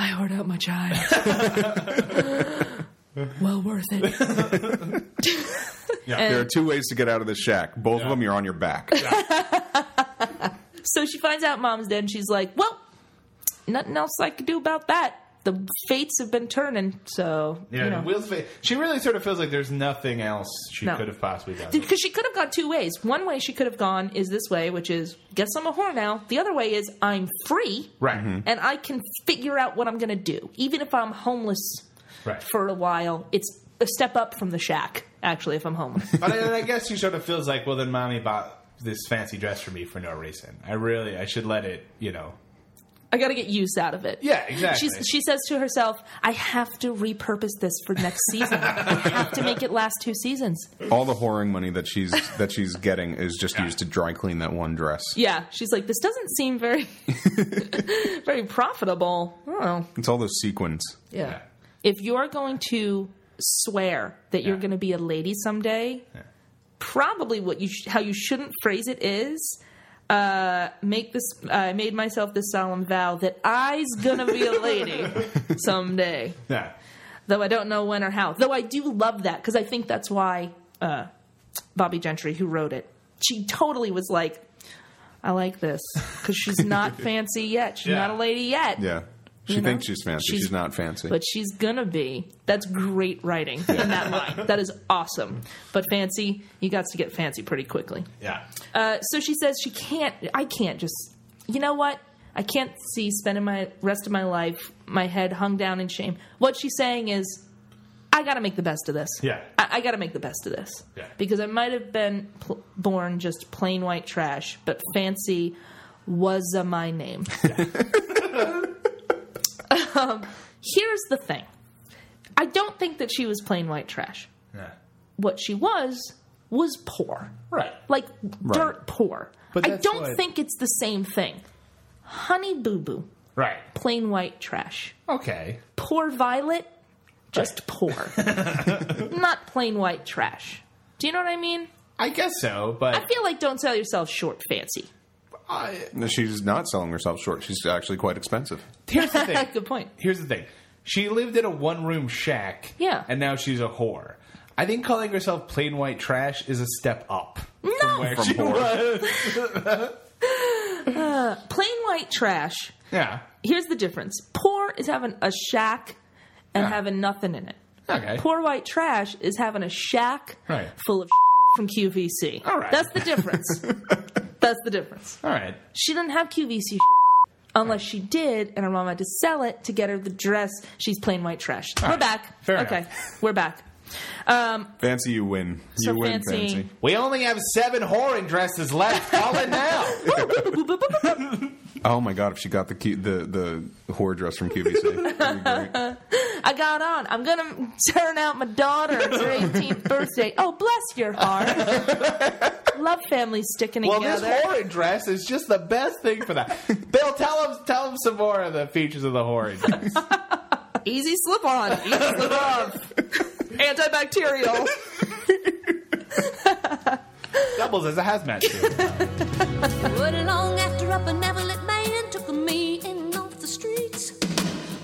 [SPEAKER 4] hoard out my child. well worth it.
[SPEAKER 7] There are two ways to get out of this shack. Both of them, you're on your back.
[SPEAKER 4] So she finds out mom's dead and she's like, Well, nothing else I could do about that. The fates have been turning, so
[SPEAKER 1] Yeah,
[SPEAKER 4] you know.
[SPEAKER 1] the wheels fa- She really sort of feels like there's nothing else she
[SPEAKER 4] No.
[SPEAKER 1] could have possibly done.
[SPEAKER 4] because she could have gone two ways. One way she could have gone is this way, which is guess I'm a whore now. The other way is I'm free
[SPEAKER 1] Right.
[SPEAKER 7] Mm-hmm.
[SPEAKER 4] and I can figure out what I'm going to do, even if I'm homeless
[SPEAKER 1] Right.
[SPEAKER 4] for a while. It's a step up from the shack, actually, if I'm homeless.
[SPEAKER 1] but I, I guess she sort of feels like, well, then mommy bought this fancy dress for me for no reason. I really, I should let it, you know.
[SPEAKER 4] I got to get use out of it.
[SPEAKER 1] Yeah, exactly.
[SPEAKER 4] She's, she says to herself, I have to repurpose this for next season. I have to make it last two seasons.
[SPEAKER 7] All the whoring money that she's that she's getting is just used to dry clean that one dress.
[SPEAKER 4] Yeah, she's like, this doesn't seem very, very profitable. Oh,
[SPEAKER 7] It's all those sequins.
[SPEAKER 4] yeah. If you're going to swear that you're
[SPEAKER 1] Yeah.
[SPEAKER 4] going to be a lady someday, probably what you sh- how you shouldn't phrase it is. Uh, make this. I made myself this solemn vow that I's gonna be a lady someday.
[SPEAKER 1] Yeah.
[SPEAKER 4] though I don't know when or how. Though I do love that because I think that's why uh, Bobby Gentry, who wrote it, she totally was like, "I like this because she's not fancy yet. She's
[SPEAKER 1] Yeah.
[SPEAKER 4] not a lady yet,
[SPEAKER 7] Yeah. She
[SPEAKER 4] You know?
[SPEAKER 7] thinks she's fancy. She's,
[SPEAKER 4] She's-
[SPEAKER 7] not fancy.
[SPEAKER 4] but she's gonna be." That's great writing in that line. That is awesome. But fancy, you got to get fancy pretty quickly.
[SPEAKER 1] Yeah.
[SPEAKER 4] Uh, so she says she can't. I can't just. You know what? I can't see spending my rest of my life my head hung down in shame. What she's saying is, I got to make the best of this.
[SPEAKER 1] Yeah.
[SPEAKER 4] I, I got to make the best of this.
[SPEAKER 1] Yeah.
[SPEAKER 4] Because I might have been pl- born just plain white trash, but fancy was uh, my name. um, here's the thing. I don't think that she was plain white trash.
[SPEAKER 1] Yeah.
[SPEAKER 4] What she was was poor
[SPEAKER 1] Right.
[SPEAKER 4] like dirt poor.
[SPEAKER 1] But
[SPEAKER 4] I
[SPEAKER 1] that's
[SPEAKER 4] don't
[SPEAKER 1] what-
[SPEAKER 4] think it's the same thing. Honey Boo Boo,
[SPEAKER 1] Right.
[SPEAKER 4] plain white trash.
[SPEAKER 1] Okay.
[SPEAKER 4] Poor Violet, just poor. Not plain white trash. Do you know what I mean?
[SPEAKER 1] I guess so, but
[SPEAKER 4] I feel like don't sell yourself short, fancy.
[SPEAKER 1] I,
[SPEAKER 7] No, she's not selling herself short. She's actually quite expensive.
[SPEAKER 1] here's the thing.
[SPEAKER 4] Good point.
[SPEAKER 1] Here's the thing. She lived in a one room shack.
[SPEAKER 4] Yeah.
[SPEAKER 1] And now she's a whore. I think calling herself plain white trash is a step up.
[SPEAKER 4] No,
[SPEAKER 1] Where
[SPEAKER 7] From
[SPEAKER 1] she
[SPEAKER 7] whore.
[SPEAKER 1] was.
[SPEAKER 4] plain white trash.
[SPEAKER 1] Yeah.
[SPEAKER 4] Here's the difference. Poor is having a shack and having nothing in it.
[SPEAKER 1] Okay.
[SPEAKER 4] Poor white trash is having a shack
[SPEAKER 1] Right.
[SPEAKER 4] full of from QVC.
[SPEAKER 1] All right.
[SPEAKER 4] That's the difference. That's the difference.
[SPEAKER 1] All right.
[SPEAKER 4] She didn't have QVC shit. unless she did, and her mom had to sell it to get her the dress. She's plain white trash. We're back.
[SPEAKER 8] Fair
[SPEAKER 4] okay,
[SPEAKER 8] enough.
[SPEAKER 4] we're back. Um,
[SPEAKER 7] Fancy, you win.
[SPEAKER 4] So
[SPEAKER 7] you win,
[SPEAKER 4] Fancy-
[SPEAKER 7] Fancy.
[SPEAKER 1] We only have seven whoring dresses left. Call it now.
[SPEAKER 7] Oh my god, if she got the Q, the the whore dress from QVC, that'd be great.
[SPEAKER 4] I got on. I'm gonna turn out my daughter. It's her 18th birthday. Oh, bless your heart. Love families sticking
[SPEAKER 1] Well, this
[SPEAKER 4] together.
[SPEAKER 1] whoring dress is just the best thing for that. Bill, tell him, tell him some more of the features of the whoring dress.
[SPEAKER 4] Easy slip on. Easy slip off. Antibacterial.
[SPEAKER 1] Doubles as a hazmat suit.
[SPEAKER 6] But long after up a Neverlet man took me in off the streets.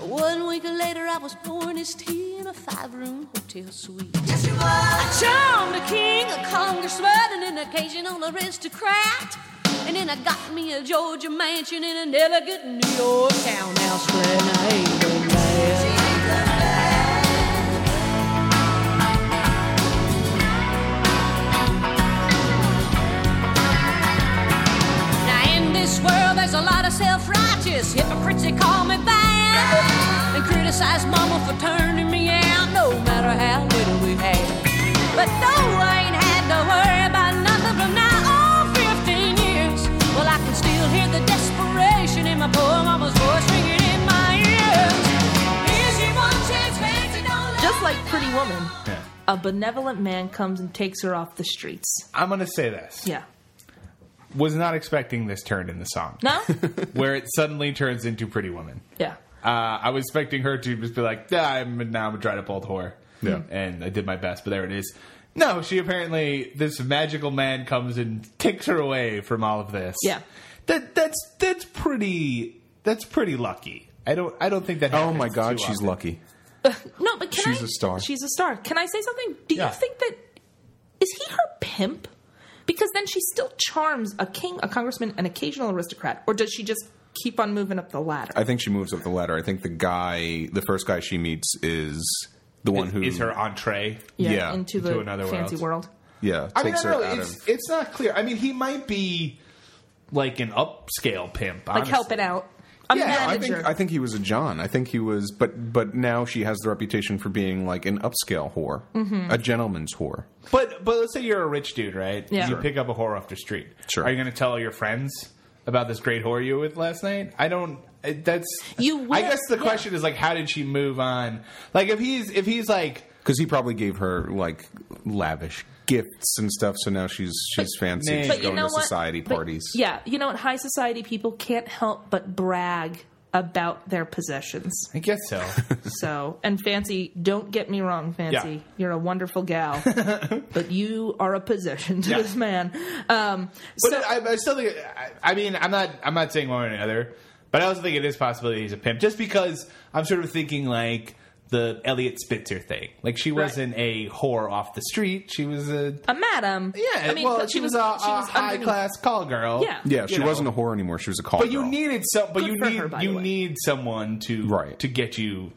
[SPEAKER 6] One week later, I was pouring his tea in a five-room hotel suite. Yes, you were. I charmed a king, a congressman, and an occasional aristocrat. And then I got me a Georgia mansion in an elegant New York townhouse. When I ain't no man. Now in this world there's a lot of self-righteous hypocrites that call me bad and criticize mama for turning me out no matter how little we had. But though I ain't had to worry about nothing from now on 15 years, well I can still hear the desperation in my poor mama's voice ringing in my ears. Here's your one chance, fancy, don't let
[SPEAKER 4] Just like Pretty Woman, a benevolent man comes and takes her off the streets.
[SPEAKER 1] I'm going to say this.
[SPEAKER 4] Yeah.
[SPEAKER 1] Was not expecting this turn in the song,
[SPEAKER 4] No?
[SPEAKER 1] where it suddenly turns into Pretty Woman.
[SPEAKER 4] yeah.
[SPEAKER 1] Uh, I was expecting her to just be like, "Yeah, I'm now I'm a dried up old whore."
[SPEAKER 7] Yeah.
[SPEAKER 1] and I did my best, but there it is. No, she apparently this magical man comes and takes her away from all of this.
[SPEAKER 4] Yeah.
[SPEAKER 1] that that's that's pretty that's pretty lucky. I don't I don't think that.
[SPEAKER 7] Oh my
[SPEAKER 1] happens
[SPEAKER 7] god,
[SPEAKER 1] too
[SPEAKER 7] she's
[SPEAKER 1] often.
[SPEAKER 7] lucky.
[SPEAKER 4] No, but can
[SPEAKER 7] She's
[SPEAKER 4] I-
[SPEAKER 7] a star.
[SPEAKER 4] She's a star. Can I say something? Do
[SPEAKER 1] Yeah.
[SPEAKER 4] you think that is he her pimp? Because then she still charms a king, a congressman, an occasional aristocrat, or does she just keep on moving up the ladder?
[SPEAKER 7] I think she moves up the ladder. I think the guy, the first guy she meets, is the one who
[SPEAKER 1] Is her entree?
[SPEAKER 7] yeah,
[SPEAKER 4] into
[SPEAKER 1] into
[SPEAKER 4] the
[SPEAKER 1] another
[SPEAKER 4] fancy
[SPEAKER 1] world.
[SPEAKER 4] world.
[SPEAKER 7] Yeah,
[SPEAKER 1] I mean, I
[SPEAKER 7] takes
[SPEAKER 1] don't
[SPEAKER 7] her
[SPEAKER 1] know.
[SPEAKER 7] out
[SPEAKER 1] It's
[SPEAKER 7] of.
[SPEAKER 1] it's not clear. I mean, he might be like an upscale pimp,
[SPEAKER 4] like helping out. A
[SPEAKER 1] Yeah,
[SPEAKER 7] I
[SPEAKER 4] manager.
[SPEAKER 7] think I think he was a John. I think he was, but but now she has the reputation for being like an upscale whore,
[SPEAKER 4] Mm-hmm.
[SPEAKER 7] a gentleman's whore.
[SPEAKER 1] But but let's say you're a rich dude, right?
[SPEAKER 4] Yeah.
[SPEAKER 1] You
[SPEAKER 4] Sure.
[SPEAKER 1] pick up a whore off the street.
[SPEAKER 7] Sure.
[SPEAKER 1] Are you going to tell all your friends about this great whore you were with last night? I don't. I- That's
[SPEAKER 4] You will-
[SPEAKER 1] I guess the
[SPEAKER 4] yeah.
[SPEAKER 1] question is like, how did she move on? Like if he's if he's like
[SPEAKER 7] Because he probably gave her like lavish gifts and stuff, so now she's she's fancy.
[SPEAKER 1] But
[SPEAKER 7] She's
[SPEAKER 1] you
[SPEAKER 7] going to society
[SPEAKER 4] But-
[SPEAKER 7] parties.
[SPEAKER 4] yeah, you know what? High society people can't help but brag about their possessions.
[SPEAKER 1] I guess so.
[SPEAKER 4] So, and Fancy, don't get me wrong, Fancy,
[SPEAKER 1] Yeah.
[SPEAKER 4] you're a wonderful gal, but you are a possession to
[SPEAKER 1] Yeah.
[SPEAKER 4] this man. Um,
[SPEAKER 1] But
[SPEAKER 4] so,
[SPEAKER 1] I, I still think. I, I mean, I'm not. I'm not saying one or the other. But I also think it is possible that he's a pimp, just because I'm sort of thinking like the Elliot Spitzer thing. Like she
[SPEAKER 4] Right.
[SPEAKER 1] wasn't a whore off the street; she was a
[SPEAKER 4] a madam.
[SPEAKER 1] yeah.
[SPEAKER 4] I mean,
[SPEAKER 1] well,
[SPEAKER 4] but
[SPEAKER 1] she, was, a,
[SPEAKER 4] she was
[SPEAKER 1] high
[SPEAKER 4] underneath.
[SPEAKER 1] class call girl.
[SPEAKER 4] Yeah.
[SPEAKER 7] Yeah, she
[SPEAKER 1] You know.
[SPEAKER 7] wasn't a whore anymore. She was a call.
[SPEAKER 1] But you
[SPEAKER 7] girl.
[SPEAKER 1] needed some. But
[SPEAKER 4] Good
[SPEAKER 1] you
[SPEAKER 4] for
[SPEAKER 1] need
[SPEAKER 4] her, by the
[SPEAKER 1] you
[SPEAKER 4] way.
[SPEAKER 1] need someone to
[SPEAKER 7] Right.
[SPEAKER 1] to get you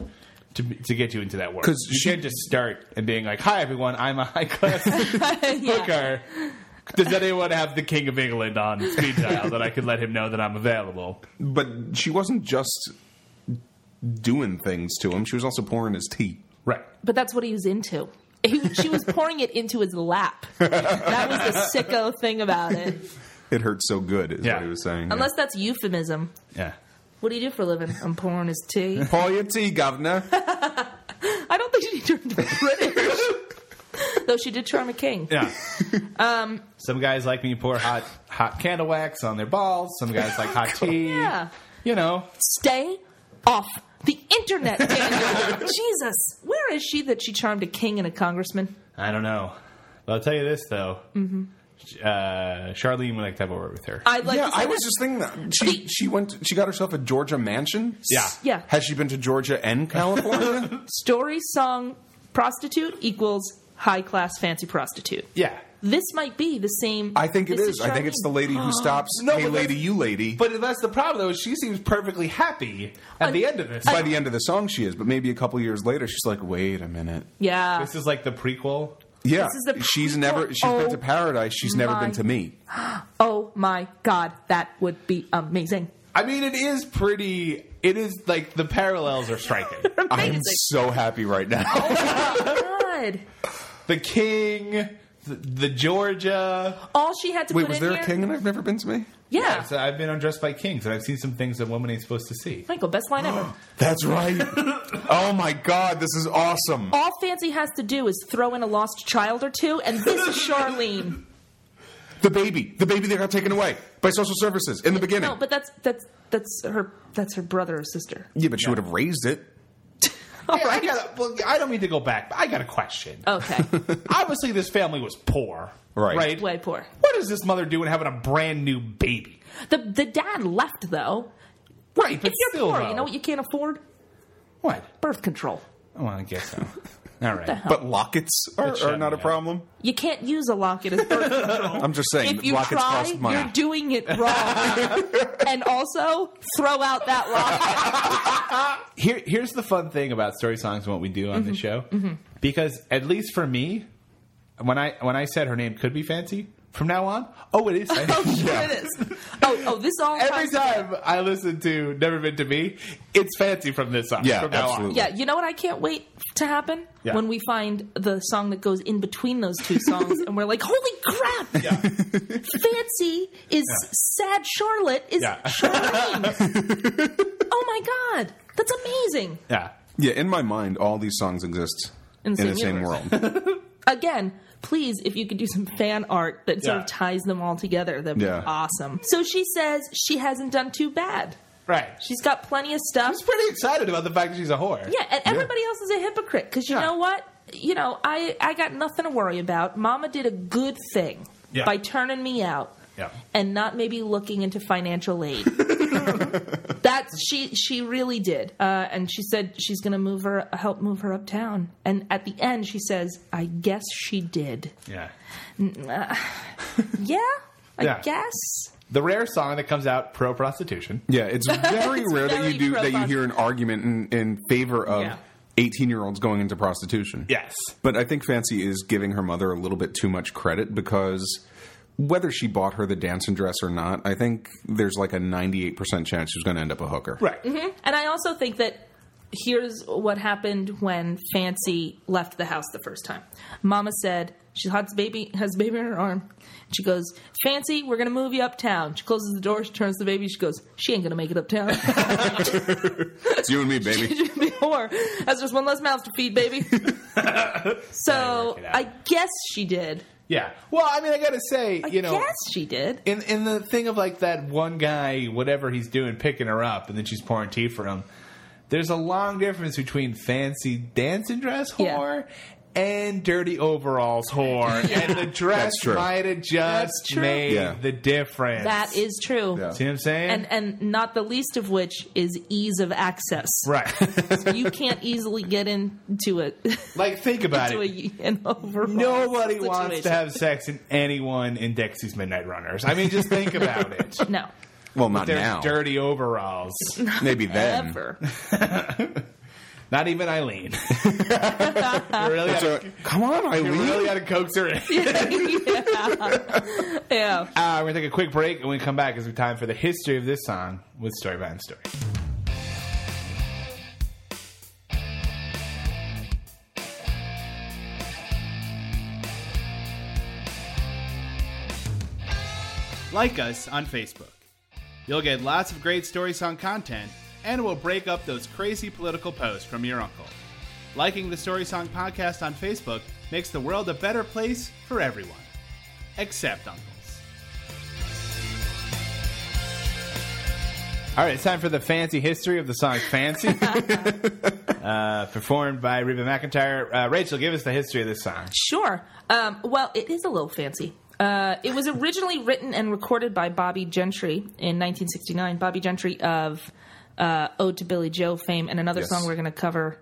[SPEAKER 1] to to get you into that world.
[SPEAKER 7] 'Cause
[SPEAKER 1] you
[SPEAKER 7] she-
[SPEAKER 1] can't just start and being like, "Hi everyone, I'm a high class
[SPEAKER 4] Yeah.
[SPEAKER 1] hooker." Does anyone have the King of England on speed dial that I could let him know that I'm available?
[SPEAKER 7] but she wasn't just doing things to him. She was also pouring his tea.
[SPEAKER 1] Right.
[SPEAKER 4] But that's what he was into. He, she was pouring it into his lap. That was the sicko thing about it.
[SPEAKER 7] It hurt so good, is
[SPEAKER 1] Yeah.
[SPEAKER 7] what he was saying.
[SPEAKER 4] Unless that's euphemism.
[SPEAKER 1] Yeah.
[SPEAKER 4] What do you do for a living? I'm pouring his tea.
[SPEAKER 7] yeah. pour your tea, governor.
[SPEAKER 4] I don't think she turned British. Though she did charm a king.
[SPEAKER 1] Yeah.
[SPEAKER 4] Um,
[SPEAKER 1] some guys like me pour hot hot candle wax on their balls. Some guys like hot tea.
[SPEAKER 4] Yeah.
[SPEAKER 1] You know.
[SPEAKER 4] Stay off the internet, Daniel. Jesus. Where is she that she charmed a king and a congressman?
[SPEAKER 1] I don't know. But I'll tell you this though.
[SPEAKER 4] Mm-hmm.
[SPEAKER 1] Uh, Charlene would like to have a word with her.
[SPEAKER 4] I'd like
[SPEAKER 7] yeah,
[SPEAKER 4] to say
[SPEAKER 7] I was
[SPEAKER 4] that-
[SPEAKER 7] just thinking that she she went she got herself a Georgia mansion.
[SPEAKER 1] yeah.
[SPEAKER 4] Yeah.
[SPEAKER 7] Has she been to Georgia and California?
[SPEAKER 4] Story song prostitute equals high class fancy prostitute.
[SPEAKER 1] Yeah.
[SPEAKER 4] This might be the same.
[SPEAKER 7] I think it
[SPEAKER 4] this
[SPEAKER 7] is. I think it's the
[SPEAKER 4] Charlene.
[SPEAKER 7] lady who stops.
[SPEAKER 1] No,
[SPEAKER 7] hey,
[SPEAKER 1] but
[SPEAKER 7] lady,
[SPEAKER 1] that's-
[SPEAKER 7] you lady.
[SPEAKER 1] But that's the problem, though. is She seems perfectly happy at the end of this.
[SPEAKER 7] by the end of the song she is, but maybe a couple years later she's like, wait a minute.
[SPEAKER 4] Yeah.
[SPEAKER 1] this is like the prequel.
[SPEAKER 7] Yeah,
[SPEAKER 4] This is the
[SPEAKER 7] she's
[SPEAKER 4] prequel.
[SPEAKER 7] never she's been to
[SPEAKER 4] Oh,
[SPEAKER 7] paradise. She's never
[SPEAKER 4] my-
[SPEAKER 7] been to me.
[SPEAKER 4] oh my God, that would be amazing.
[SPEAKER 1] I mean, it is pretty. It is like the parallels are striking.
[SPEAKER 7] I'm so happy right now.
[SPEAKER 4] God.
[SPEAKER 1] the king, the, the Georgia.
[SPEAKER 4] All she had to
[SPEAKER 7] Wait,
[SPEAKER 4] put
[SPEAKER 7] was
[SPEAKER 4] in
[SPEAKER 7] there
[SPEAKER 4] here-
[SPEAKER 7] a king and I've never been to me?
[SPEAKER 4] Yeah.
[SPEAKER 1] So I've been undressed by kings, and I've seen some things that women ain't supposed to see.
[SPEAKER 4] Michael, best line ever.
[SPEAKER 7] That's right. oh my god, this is awesome.
[SPEAKER 4] All Fancy has to do is throw in a lost child or two, and this is Charlene.
[SPEAKER 7] The baby, the baby that got taken away by social services in the beginning.
[SPEAKER 4] No, but that's that's that's her that's her brother or sister.
[SPEAKER 7] yeah, but she would have raised it.
[SPEAKER 4] All
[SPEAKER 1] I,
[SPEAKER 4] right.
[SPEAKER 1] got well, I don't mean to go back, but I got a question.
[SPEAKER 4] Okay.
[SPEAKER 1] Obviously, this family was poor,
[SPEAKER 7] Right.
[SPEAKER 1] Right.
[SPEAKER 4] Way poor.
[SPEAKER 1] What is this mother doing having a brand new baby?
[SPEAKER 4] The the dad left though.
[SPEAKER 1] Right, but
[SPEAKER 4] If you're
[SPEAKER 1] still,
[SPEAKER 4] poor,
[SPEAKER 1] though.
[SPEAKER 4] you know what you can't afford?
[SPEAKER 1] What?
[SPEAKER 4] Birth control.
[SPEAKER 1] Well, I guess so. All right.
[SPEAKER 7] But lockets are,
[SPEAKER 1] It should,
[SPEAKER 7] are not a
[SPEAKER 1] yeah.
[SPEAKER 7] problem.
[SPEAKER 4] You can't use a locket as birth control.
[SPEAKER 7] I'm just saying,
[SPEAKER 4] if you
[SPEAKER 7] lockets
[SPEAKER 4] try,
[SPEAKER 7] cost money.
[SPEAKER 4] you're doing it wrong. and also, throw out that locket.
[SPEAKER 1] Here, here's the fun thing about story songs and what we do on
[SPEAKER 4] Mm-hmm.
[SPEAKER 1] this show, because at least for me, when I when I said her name could be fancy from now on, oh, it is.
[SPEAKER 4] Oh,
[SPEAKER 1] Fancy.
[SPEAKER 4] shit, it is. Oh, oh, this all
[SPEAKER 1] Every
[SPEAKER 4] comes-
[SPEAKER 1] time I listen to "Never Been to Me," it's fancy from this song.
[SPEAKER 7] Yeah,
[SPEAKER 1] from now on.
[SPEAKER 7] absolutely.
[SPEAKER 4] Yeah, you know what I can't wait to happen?
[SPEAKER 1] Yeah.
[SPEAKER 4] When we find the song that goes in between those two songs and we're like, holy crap! Fancy is Sad Charlotte is
[SPEAKER 1] Yeah.
[SPEAKER 4] Charlene. oh my god, that's amazing.
[SPEAKER 1] Yeah,
[SPEAKER 7] Yeah, in my mind, all these songs exist
[SPEAKER 4] In
[SPEAKER 7] in
[SPEAKER 4] the
[SPEAKER 7] the,
[SPEAKER 4] same
[SPEAKER 7] same world.
[SPEAKER 4] Again, please, if you could do some fan art that sort
[SPEAKER 1] Yeah.
[SPEAKER 4] of ties them all together, that'd be
[SPEAKER 7] Yeah.
[SPEAKER 4] awesome. So she says she hasn't done too bad.
[SPEAKER 1] right.
[SPEAKER 4] She's got plenty of stuff.
[SPEAKER 1] She's pretty excited about the fact that she's a whore.
[SPEAKER 4] Yeah, and everybody else is a hypocrite because you
[SPEAKER 1] Yeah.
[SPEAKER 4] know what? You know, I I got nothing to worry about. Mama did a good thing
[SPEAKER 1] Yeah.
[SPEAKER 4] by turning me out
[SPEAKER 1] Yeah.
[SPEAKER 4] and not maybe looking into financial aid. That's she she really did. Uh, and she said she's going to move her help move her uptown. And at the end she says, "I guess she did." uh,
[SPEAKER 1] yeah.
[SPEAKER 4] Yeah? I
[SPEAKER 1] Yeah.
[SPEAKER 4] guess.
[SPEAKER 1] The rare song that comes out pro prostitution.
[SPEAKER 7] yeah, it's very rare that
[SPEAKER 4] very
[SPEAKER 7] you do that you
[SPEAKER 4] pro-fun.
[SPEAKER 7] hear an argument in, in favor
[SPEAKER 4] Yeah.
[SPEAKER 7] of 18 year olds going into prostitution.
[SPEAKER 1] Yes.
[SPEAKER 7] But I think Fancy is giving her mother a little bit too much credit because whether she bought her the dancing dress or not, I think there's like a 98% chance she's going to end up a hooker.
[SPEAKER 1] Right.
[SPEAKER 4] And I also think that here's what happened when Fancy left the house the first time. Mama said she has baby has baby in her arm. She goes, Fancy, we're gonna move you uptown. She closes the door, she turns to the baby, she goes, She ain't gonna make it uptown.
[SPEAKER 7] It's you and me, baby.
[SPEAKER 4] or that's just one less mouth to feed, baby. so
[SPEAKER 1] work it out.
[SPEAKER 4] I guess she did.
[SPEAKER 1] Yeah. Well, I mean, I gotta say,
[SPEAKER 4] I
[SPEAKER 1] you know,
[SPEAKER 4] guess she did.
[SPEAKER 1] in in the thing of like that one guy, whatever he's doing, picking her up, and then she's pouring tea for him. There's a long difference between fancy dancing dress
[SPEAKER 4] Yeah.
[SPEAKER 1] whore and dirty overalls whore, and the dress
[SPEAKER 7] That's true.
[SPEAKER 1] might have
[SPEAKER 4] That's
[SPEAKER 1] just
[SPEAKER 4] true.
[SPEAKER 1] made
[SPEAKER 7] Yeah.
[SPEAKER 1] the difference.
[SPEAKER 4] That is true.
[SPEAKER 7] Yeah.
[SPEAKER 1] see what I'm saying,
[SPEAKER 4] And and not the least of which is ease of access.
[SPEAKER 1] right?
[SPEAKER 4] you can't easily get into a
[SPEAKER 1] like, think about
[SPEAKER 4] into
[SPEAKER 1] it.
[SPEAKER 4] a, an overall
[SPEAKER 1] Nobody wants to
[SPEAKER 4] situation.
[SPEAKER 1] have sex in anyone in Dexy's Midnight Runners. I mean, just think about it.
[SPEAKER 4] no
[SPEAKER 7] Well, not
[SPEAKER 1] There's
[SPEAKER 7] now.
[SPEAKER 1] dirty overalls.
[SPEAKER 7] Maybe then.
[SPEAKER 4] ever.
[SPEAKER 1] Not even Eileen. You really, had
[SPEAKER 7] So,
[SPEAKER 1] to,
[SPEAKER 7] come on,
[SPEAKER 1] you
[SPEAKER 7] Eileen.
[SPEAKER 1] really had to coax her in.
[SPEAKER 4] Yeah,
[SPEAKER 1] Uh, we're going to take a quick break, and when we come back, it's time for the history of this song with Story Behind Story. Like us on Facebook. You'll get lots of great Story Song content, and we'll break up those crazy political posts from your uncle. Liking the Story Song podcast on Facebook makes the world a better place for everyone, except uncles. All right, it's time for the fancy history of the song "Fancy," uh, performed by Reba McIntyre. Uh, Rachel, give us the history of this song.
[SPEAKER 4] sure. Um, well, it is a little fancy. Uh, it was originally written and recorded by Bobby Gentry in 1969. Bobby Gentry of uh, "Ode to Billy Joe" fame, and another
[SPEAKER 7] Yes.
[SPEAKER 4] song we're going to cover,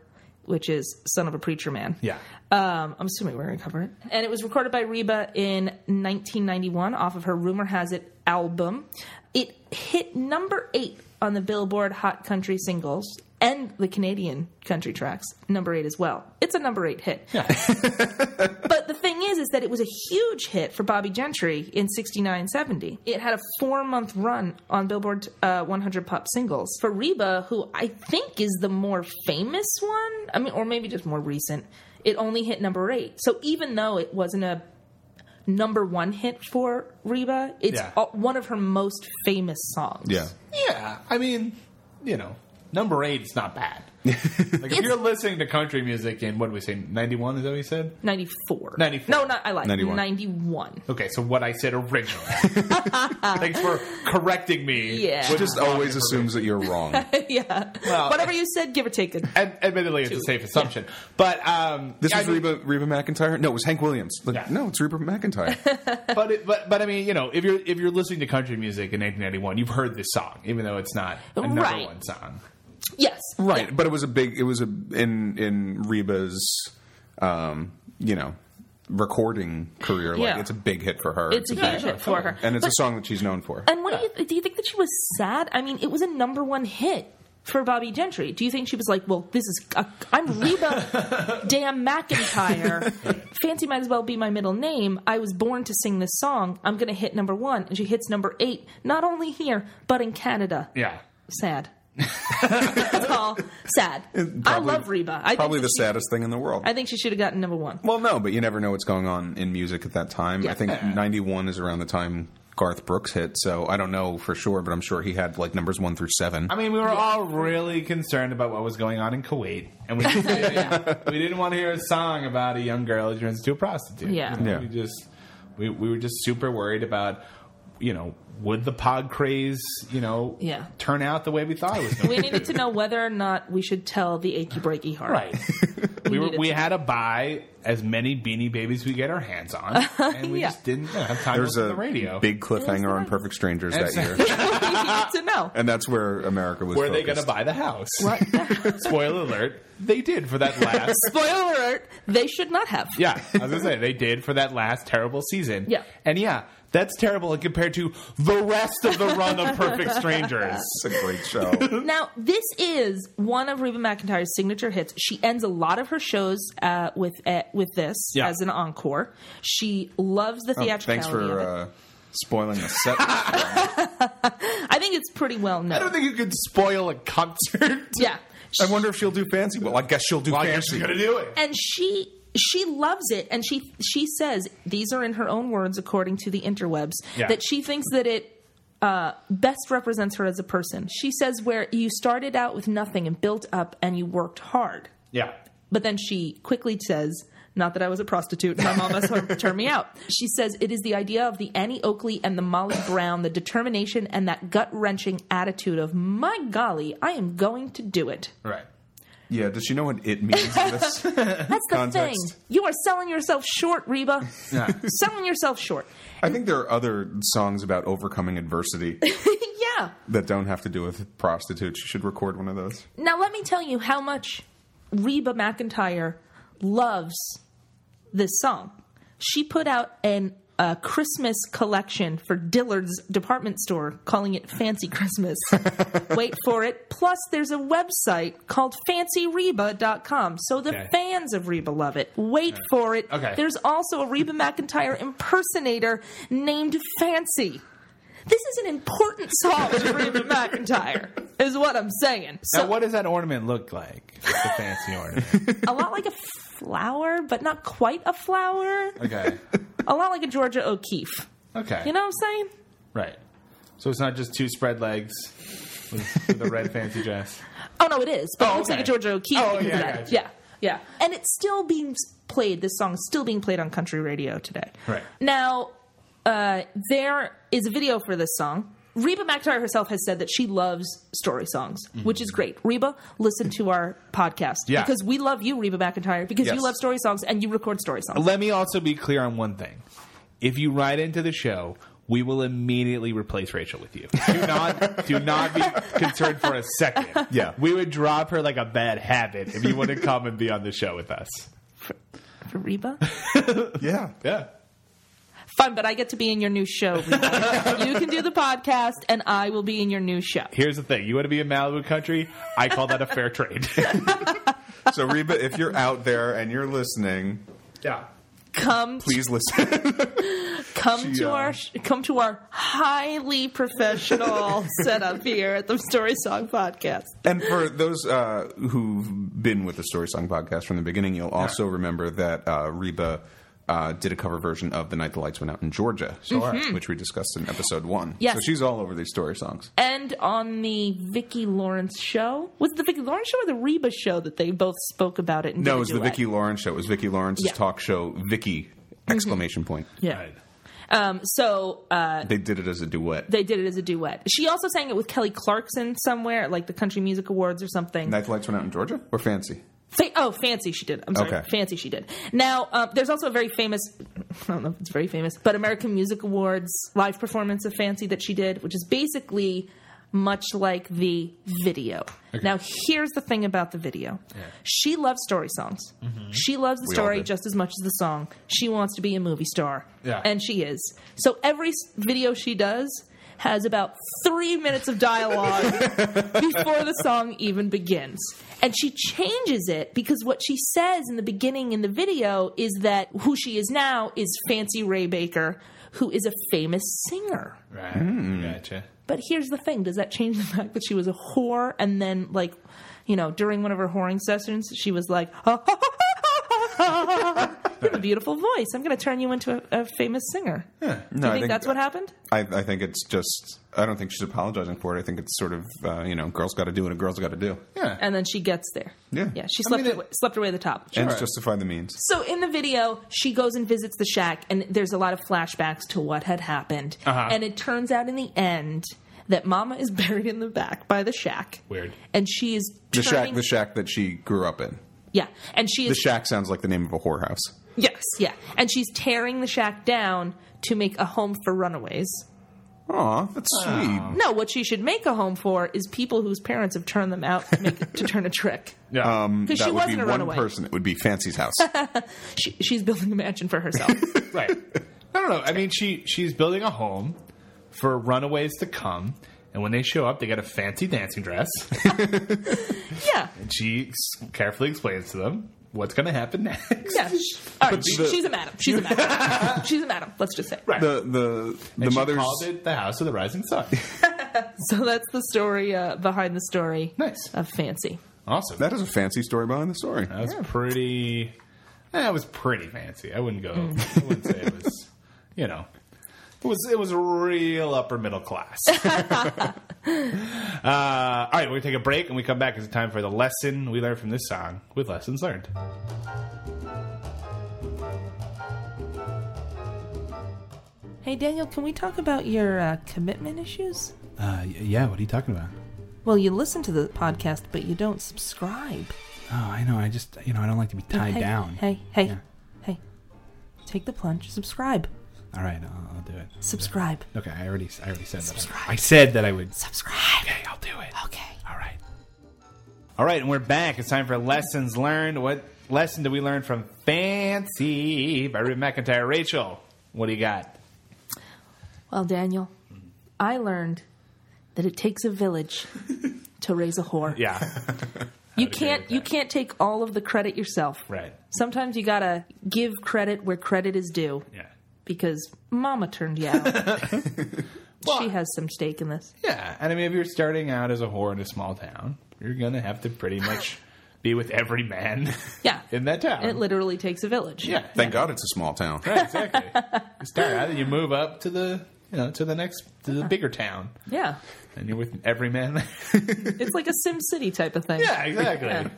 [SPEAKER 4] which is "Son of a Preacher Man."
[SPEAKER 1] Yeah,
[SPEAKER 4] Um, I'm assuming we're going to cover it. And it was recorded by Reba in 1991 off of her Rumor Has It album. It hit number eight on the Billboard Hot Country Singles and the Canadian Country Tracks, number eight as well. It's a number eight hit. but the thing is, is, is that it was a huge hit for Bobby Gentry in 69 70. It had a four month run on Billboard uh, 100 Pop Singles. For Reba, who I think is the more famous one, I mean, or maybe just more recent, it only hit number eight. So even though it wasn't a number one hit for Reba, it's
[SPEAKER 1] Yeah.
[SPEAKER 4] all- one of her most famous songs.
[SPEAKER 7] Yeah.
[SPEAKER 1] Yeah, I mean, you know, number eight is not bad. like if you're listening to country music in what did we say, ninety one? Is that what you said?
[SPEAKER 4] 94.
[SPEAKER 1] 94.
[SPEAKER 4] No, not, I lied.
[SPEAKER 7] 91.
[SPEAKER 4] 91.
[SPEAKER 1] Okay, so what I said originally. Thanks for correcting me.
[SPEAKER 4] Yeah.
[SPEAKER 1] with
[SPEAKER 7] Just
[SPEAKER 1] wrong
[SPEAKER 7] always
[SPEAKER 1] information.
[SPEAKER 7] assumes that you're wrong.
[SPEAKER 4] yeah.
[SPEAKER 1] Well-
[SPEAKER 4] Whatever you said, give or take a
[SPEAKER 1] And admittedly, it's a safe assumption, but um,
[SPEAKER 7] This
[SPEAKER 1] I
[SPEAKER 7] is
[SPEAKER 1] mean-
[SPEAKER 7] Reba Reba McIntyre. No, it was Hank Williams. Like,
[SPEAKER 1] Yeah.
[SPEAKER 7] No, it's Reba McIntyre.
[SPEAKER 1] but, it, but but I mean, you know, if you're if you're listening to country music in 1991, you've heard this song, even though it's not a number
[SPEAKER 4] Right.
[SPEAKER 1] one song.
[SPEAKER 4] Yes.
[SPEAKER 7] right, but it was a big. It was a in in Reba's, um, you know, recording career. Like
[SPEAKER 9] Yeah.
[SPEAKER 7] it's a big hit for her.
[SPEAKER 4] It's a huge hit for her.
[SPEAKER 7] and it's a song that she's known for.
[SPEAKER 4] And what do you do? You think that she was sad? I mean, it was a number one hit for Bobby Gentry. Do you think she was like, "Well, this is i I'm Reba Damn McIntyre. Fancy might as well be my middle name. I was born to sing this song. I'm going to hit number one." And she hits number eight, not only here but in Canada.
[SPEAKER 1] Yeah.
[SPEAKER 4] Sad. That's all. Sad. I love Reba. I
[SPEAKER 7] Probably
[SPEAKER 4] think
[SPEAKER 7] the
[SPEAKER 4] that she-
[SPEAKER 7] saddest thing in the world.
[SPEAKER 4] I think she should have gotten number one.
[SPEAKER 7] well, no, but you never know what's going on in music at that time. I think '91 is around the time Garth Brooks hit, so I don't know for sure, but I'm sure he had like numbers one through seven.
[SPEAKER 1] I mean, we were all really concerned about what was going on in Kuwait, and we decided we didn't want to hear a song about a young girl who turns into a prostitute.
[SPEAKER 4] Yeah.
[SPEAKER 1] You know,
[SPEAKER 7] Yeah.
[SPEAKER 1] we just we, we were just super worried about you know would the pod craze you know
[SPEAKER 4] Yeah.
[SPEAKER 1] turn out the way we thought it was.
[SPEAKER 4] We
[SPEAKER 1] going to.
[SPEAKER 4] needed to know whether or not we should tell the achy breaky heart.
[SPEAKER 1] Right. we were,
[SPEAKER 4] needed
[SPEAKER 1] we
[SPEAKER 4] to-
[SPEAKER 1] had to buy as many beanie babies we get our hands on, and we
[SPEAKER 4] Yeah.
[SPEAKER 1] just didn't have time
[SPEAKER 7] There's
[SPEAKER 1] to listen
[SPEAKER 7] a
[SPEAKER 1] to the radio.
[SPEAKER 7] big cliffhanger on Perfect Strangers that year,
[SPEAKER 4] we needed to know.
[SPEAKER 7] and that's where America was.
[SPEAKER 1] Were they going to
[SPEAKER 7] focused.
[SPEAKER 1] buy the house?
[SPEAKER 4] What the-
[SPEAKER 1] Spoiler alert: They did for that last.
[SPEAKER 4] Spoiler alert, they should not have.
[SPEAKER 1] Yeah, I was gonna say they did for that last terrible season.
[SPEAKER 4] Yeah.
[SPEAKER 1] and yeah, that's terrible compared to the rest of the run of Perfect Strangers.
[SPEAKER 7] It's a great show.
[SPEAKER 4] Now, this is one of Reba McIntyre's signature hits. She ends a lot of her shows uh, with uh, with this
[SPEAKER 1] Yeah.
[SPEAKER 4] as an encore. She loves the
[SPEAKER 7] Oh,
[SPEAKER 4] theatricality.
[SPEAKER 7] thanks for
[SPEAKER 4] of it.
[SPEAKER 7] uh, spoiling the set.
[SPEAKER 4] I think it's pretty well known.
[SPEAKER 1] uh, I don't think you could spoil a concert.
[SPEAKER 4] yeah.
[SPEAKER 7] I wonder if she'll do fancy. Well, I guess she'll do
[SPEAKER 1] I guess
[SPEAKER 7] fancy.
[SPEAKER 1] she's gonna do it.
[SPEAKER 4] and she she loves it and she she says these are in her own words according to the interwebs
[SPEAKER 1] Yeah.
[SPEAKER 4] that she thinks that it uh, best represents her as a person she says where you started out with nothing and built up and you worked hard
[SPEAKER 1] Yeah,
[SPEAKER 4] but then she quickly says not that I was a prostitute. My mom must have turned me out. She says it is the idea of the Annie Oakley and the Molly Brown, the determination and that gut wrenching attitude of, my golly, I am going to do it.
[SPEAKER 1] right.
[SPEAKER 7] Yeah, does she know what it means? in this?
[SPEAKER 4] That's the
[SPEAKER 7] Context.
[SPEAKER 4] thing. You are selling yourself short, Reba.
[SPEAKER 1] Yeah.
[SPEAKER 4] selling yourself short.
[SPEAKER 7] I think there are other songs about overcoming adversity
[SPEAKER 4] yeah.
[SPEAKER 7] that don't have to do with prostitutes. She should record one of those.
[SPEAKER 4] Now let me tell you how much Reba McIntyre loves this song. She put out an a Christmas collection for Dillard's department store, calling it Fancy Christmas. Wait for it. Plus, there's a website called fancyreba.com. So the
[SPEAKER 1] Okay.
[SPEAKER 4] fans of Reba love it. Wait for it.
[SPEAKER 1] Okay.
[SPEAKER 4] There's also a Reba McIntyre impersonator named Fancy. This is an important song to Reba McIntyre, is what I'm saying. So
[SPEAKER 1] now, what does that ornament look like? The fancy ornament.
[SPEAKER 4] a lot like a flower, but not quite a flower.
[SPEAKER 1] Okay.
[SPEAKER 4] A lot like a Georgia O'Keeffe.
[SPEAKER 1] Okay.
[SPEAKER 4] You know what I'm saying?
[SPEAKER 1] Right. So it's not just two spread legs with, with a red fancy dress.
[SPEAKER 4] Oh no, it is. But
[SPEAKER 1] Oh,
[SPEAKER 4] it looks
[SPEAKER 1] okay.
[SPEAKER 4] like a Georgia O'Keeffe.
[SPEAKER 1] Oh,
[SPEAKER 4] because
[SPEAKER 1] yeah,
[SPEAKER 4] of
[SPEAKER 1] I
[SPEAKER 4] that.
[SPEAKER 1] gotcha.
[SPEAKER 4] yeah, yeah. And it's still being s- played. This song is still being played on country radio today.
[SPEAKER 1] Right.
[SPEAKER 4] now, uh, there is a video for this song. Reba McIntyre herself has said that she loves story songs, which is great. Reba, listen to our podcast
[SPEAKER 1] Mm-hmm. Yeah.
[SPEAKER 4] because we love you, Reba McIntyre, because
[SPEAKER 7] Yes.
[SPEAKER 4] you love story songs and you record story songs.
[SPEAKER 1] Let me also be clear on one thing. If you write into the show, we will immediately replace Rachel with you. Do not do not be concerned for a second.
[SPEAKER 7] Yeah.
[SPEAKER 1] We would drop her like a bad habit if you wouldn't come and be on the show with us.
[SPEAKER 4] For Reba.
[SPEAKER 7] Yeah.
[SPEAKER 1] Yeah.
[SPEAKER 4] fun, but I get to be in your new show. Reba. you can do the podcast, and I will be in your new show.
[SPEAKER 1] Here's the thing. You want to be in Malibu country? I call that a fair trade.
[SPEAKER 7] So Reba, if you're out there and you're listening,
[SPEAKER 1] yeah.
[SPEAKER 4] come
[SPEAKER 7] Please listen.
[SPEAKER 4] come
[SPEAKER 7] She,
[SPEAKER 4] to
[SPEAKER 7] uh,
[SPEAKER 4] our come to our highly professional setup here at the Story Song Podcast.
[SPEAKER 7] and for those uh, who've been with the Story Song podcast from the beginning, you'll also remember that uh, Reba uh, did a cover version of "The Night the Lights Went Out" in Georgia, Mm-hmm. which we discussed in episode one.
[SPEAKER 4] Yes.
[SPEAKER 7] So she's all over these story songs.
[SPEAKER 4] And on the Vicki Lawrence show, was it the Vicki Lawrence show or the Reba show that they both spoke about it? And did
[SPEAKER 7] No, it
[SPEAKER 4] a
[SPEAKER 7] was the
[SPEAKER 4] duet?
[SPEAKER 7] Vicky Lawrence show. It was Vicky Lawrence's
[SPEAKER 4] Yeah. Mm-hmm.
[SPEAKER 7] talk show, Vicky! Exclamation point.
[SPEAKER 4] Yeah. Um, so uh,
[SPEAKER 7] They did it as a duet.
[SPEAKER 4] they did it as a duet. She also sang it with Kelly Clarkson somewhere, at, like the Country Music Awards or something.
[SPEAKER 7] Night the Lights Went Out in Georgia or Fancy?
[SPEAKER 4] Fa- oh, Fancy she did. I'm sorry.
[SPEAKER 7] Okay.
[SPEAKER 4] Fancy she did. Now, um, there's also a very famous, I don't know if it's very famous, but American Music Awards live performance of Fancy that she did, which is basically much like the video. Now, here's the thing about the video she loves story songs. She loves the
[SPEAKER 7] Mm-hmm. all
[SPEAKER 4] story
[SPEAKER 7] did.
[SPEAKER 4] just as much as the song. She wants to be a movie star.
[SPEAKER 1] Yeah.
[SPEAKER 4] And she is. So every s- video she does has about three minutes of dialogue before the song even begins. And she changes it because what she says in the beginning in the video is that who she is now is Fancy Ray Baker, who is a famous singer.
[SPEAKER 1] Right. Gotcha.
[SPEAKER 4] But here's the thing does that change the fact that she was a whore and then, like, you know, during one of her whoring sessions, she was like, You have a beautiful voice. I'm going to turn you into a, a famous singer.
[SPEAKER 7] No,
[SPEAKER 4] I think that's what happened.
[SPEAKER 7] I, I think it's just. I don't think she's apologizing for it. I think it's sort of, uh, you know, girls got to do what a girl's got to do.
[SPEAKER 1] Yeah.
[SPEAKER 4] And then she gets there.
[SPEAKER 7] Yeah.
[SPEAKER 4] Yeah. She
[SPEAKER 7] I
[SPEAKER 4] slept,
[SPEAKER 7] mean, it-
[SPEAKER 4] away, slept her way to the top.
[SPEAKER 7] Ends justify the means.
[SPEAKER 4] So in the video, she goes and visits the shack, and there's a lot of flashbacks to what had happened.
[SPEAKER 1] Uh-huh.
[SPEAKER 4] And it turns out in the end that Mama is buried in the back by the shack.
[SPEAKER 1] Weird.
[SPEAKER 4] And she is
[SPEAKER 7] The
[SPEAKER 4] turning-
[SPEAKER 7] shack, the shack that she grew up in.
[SPEAKER 4] yeah, and she
[SPEAKER 7] The
[SPEAKER 4] is
[SPEAKER 7] shack sounds like the name of a whorehouse.
[SPEAKER 4] yes, yeah, and she's tearing the shack down to make a home for runaways.
[SPEAKER 7] Aw, that's sweet.
[SPEAKER 4] No, what she should make a home for is people whose parents have turned them out to, make, to turn a trick.
[SPEAKER 1] Yeah. Um,
[SPEAKER 4] Because
[SPEAKER 7] that
[SPEAKER 4] she
[SPEAKER 7] would be
[SPEAKER 4] wasn't a
[SPEAKER 7] one
[SPEAKER 4] runaway.
[SPEAKER 7] person. It would be Fancy's house.
[SPEAKER 4] She, she's building a mansion for herself.
[SPEAKER 1] right. I don't know. I mean, she she's building a home for runaways to come, and when they show up, they get a fancy dancing dress.
[SPEAKER 4] yeah,
[SPEAKER 1] and she s- carefully explains to them what's going to happen next.
[SPEAKER 4] yeah. All right, she's a madam. She's a madam. she's a madam. Let's just say.
[SPEAKER 1] Right.
[SPEAKER 7] the the the
[SPEAKER 1] and she
[SPEAKER 7] mother's
[SPEAKER 1] called it the House of the Rising Sun.
[SPEAKER 4] So that's the story uh, behind the story
[SPEAKER 1] Nice.
[SPEAKER 4] of Fancy.
[SPEAKER 1] Awesome.
[SPEAKER 7] That is a fancy story behind the story.
[SPEAKER 1] That was pretty. That was pretty fancy. I wouldn't go.
[SPEAKER 4] Mm.
[SPEAKER 1] I wouldn't say it was. You know, it was it was real upper middle class. uh, all right, we're gonna take a break, and we come back. It's time for the lesson we learned from this song with lessons learned.
[SPEAKER 4] Hey, Daniel, can we talk about your uh, commitment issues?
[SPEAKER 10] Uh, yeah, what are you talking about?
[SPEAKER 4] Well, you listen to the podcast, but you don't subscribe.
[SPEAKER 10] Oh, I know. I just, you know, I don't like to be tied
[SPEAKER 4] hey,
[SPEAKER 10] down.
[SPEAKER 4] Hey, hey,
[SPEAKER 10] Yeah.
[SPEAKER 4] hey. Take the plunge. Subscribe.
[SPEAKER 10] All right, I'll, I'll do it.
[SPEAKER 4] Subscribe.
[SPEAKER 10] Okay, I already, I already said that.
[SPEAKER 4] Subscribe.
[SPEAKER 10] I said that I would.
[SPEAKER 4] Subscribe.
[SPEAKER 10] Okay, I'll do it.
[SPEAKER 4] Okay.
[SPEAKER 10] All right.
[SPEAKER 1] All right, and we're back. It's time for lessons learned. What lesson did we learn from Fancy by Ruth McIntyre? Rachel, what do you got?
[SPEAKER 4] Well, Daniel, I learned that it takes a village to raise a whore.
[SPEAKER 1] Yeah,
[SPEAKER 4] you can't you can't take all of the credit yourself.
[SPEAKER 1] right.
[SPEAKER 4] Sometimes you got to give credit where credit is due.
[SPEAKER 1] Yeah,
[SPEAKER 4] because mama turned you out. she has some stake in this.
[SPEAKER 1] yeah. And I mean, if you're starting out as a whore in a small town, you're gonna have to pretty much be with every man.
[SPEAKER 4] Yeah.
[SPEAKER 1] in that town.
[SPEAKER 4] It literally takes a village.
[SPEAKER 1] yeah,
[SPEAKER 7] Thank God it's a small town.
[SPEAKER 1] right, exactly. you start out, and you move up to the you know to the next to the bigger town,
[SPEAKER 4] Yeah.
[SPEAKER 1] and you're with every man. there.
[SPEAKER 4] It's like a Sim City type of thing.
[SPEAKER 1] yeah, exactly.
[SPEAKER 4] Yeah.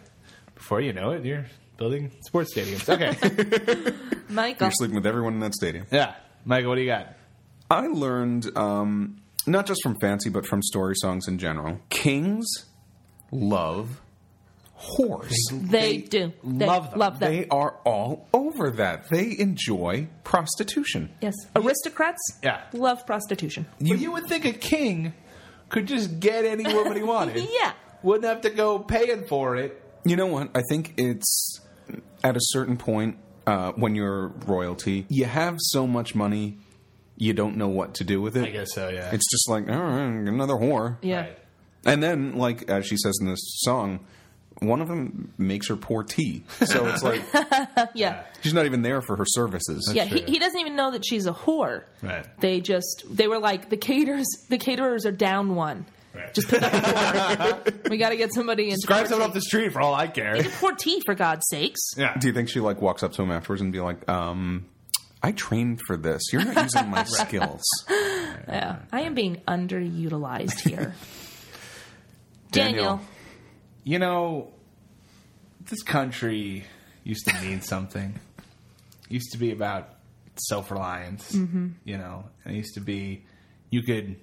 [SPEAKER 1] Before you know it, you're building sports stadiums. Okay,
[SPEAKER 4] Michael.
[SPEAKER 7] You're sleeping with everyone in that stadium.
[SPEAKER 1] yeah, Michael, what do you got?
[SPEAKER 7] I learned um, not just from fancy, but from story songs in general. Kings love whores.
[SPEAKER 4] They do. They
[SPEAKER 1] love them.
[SPEAKER 4] Love them.
[SPEAKER 7] They are all over that. They enjoy prostitution.
[SPEAKER 4] yes. Aristocrats
[SPEAKER 1] Yeah.
[SPEAKER 4] love prostitution.
[SPEAKER 1] You, you would think a king could just get any woman he wanted.
[SPEAKER 4] Yeah.
[SPEAKER 1] Wouldn't have to go paying for it.
[SPEAKER 7] You know what? I think it's at a certain point uh, when you're royalty, you have so much money, you don't know what to do with it.
[SPEAKER 1] I guess so, yeah.
[SPEAKER 7] It's just like, all right, another whore.
[SPEAKER 4] Yeah.
[SPEAKER 1] Right.
[SPEAKER 7] And then, like as she says in this song, one of them makes her pour tea. So it's like
[SPEAKER 4] yeah.
[SPEAKER 7] she's not even there for her services.
[SPEAKER 4] yeah, he, he doesn't even know that she's a whore.
[SPEAKER 1] Right.
[SPEAKER 4] They just they were like the caterers the caterers are down one. Just pick up the whore. we got to get somebody in.
[SPEAKER 1] Grab someone off the street for all I care.
[SPEAKER 4] Poor tea, for God's sakes.
[SPEAKER 1] Yeah.
[SPEAKER 7] Do you think she like walks up to him afterwards and be like, um, I trained for this. You're not using my skills.
[SPEAKER 4] Yeah. I am being underutilized here.
[SPEAKER 7] Daniel.
[SPEAKER 4] Daniel.
[SPEAKER 1] You know, this country used to mean something. used to be about self reliance. You know, and it used to be you could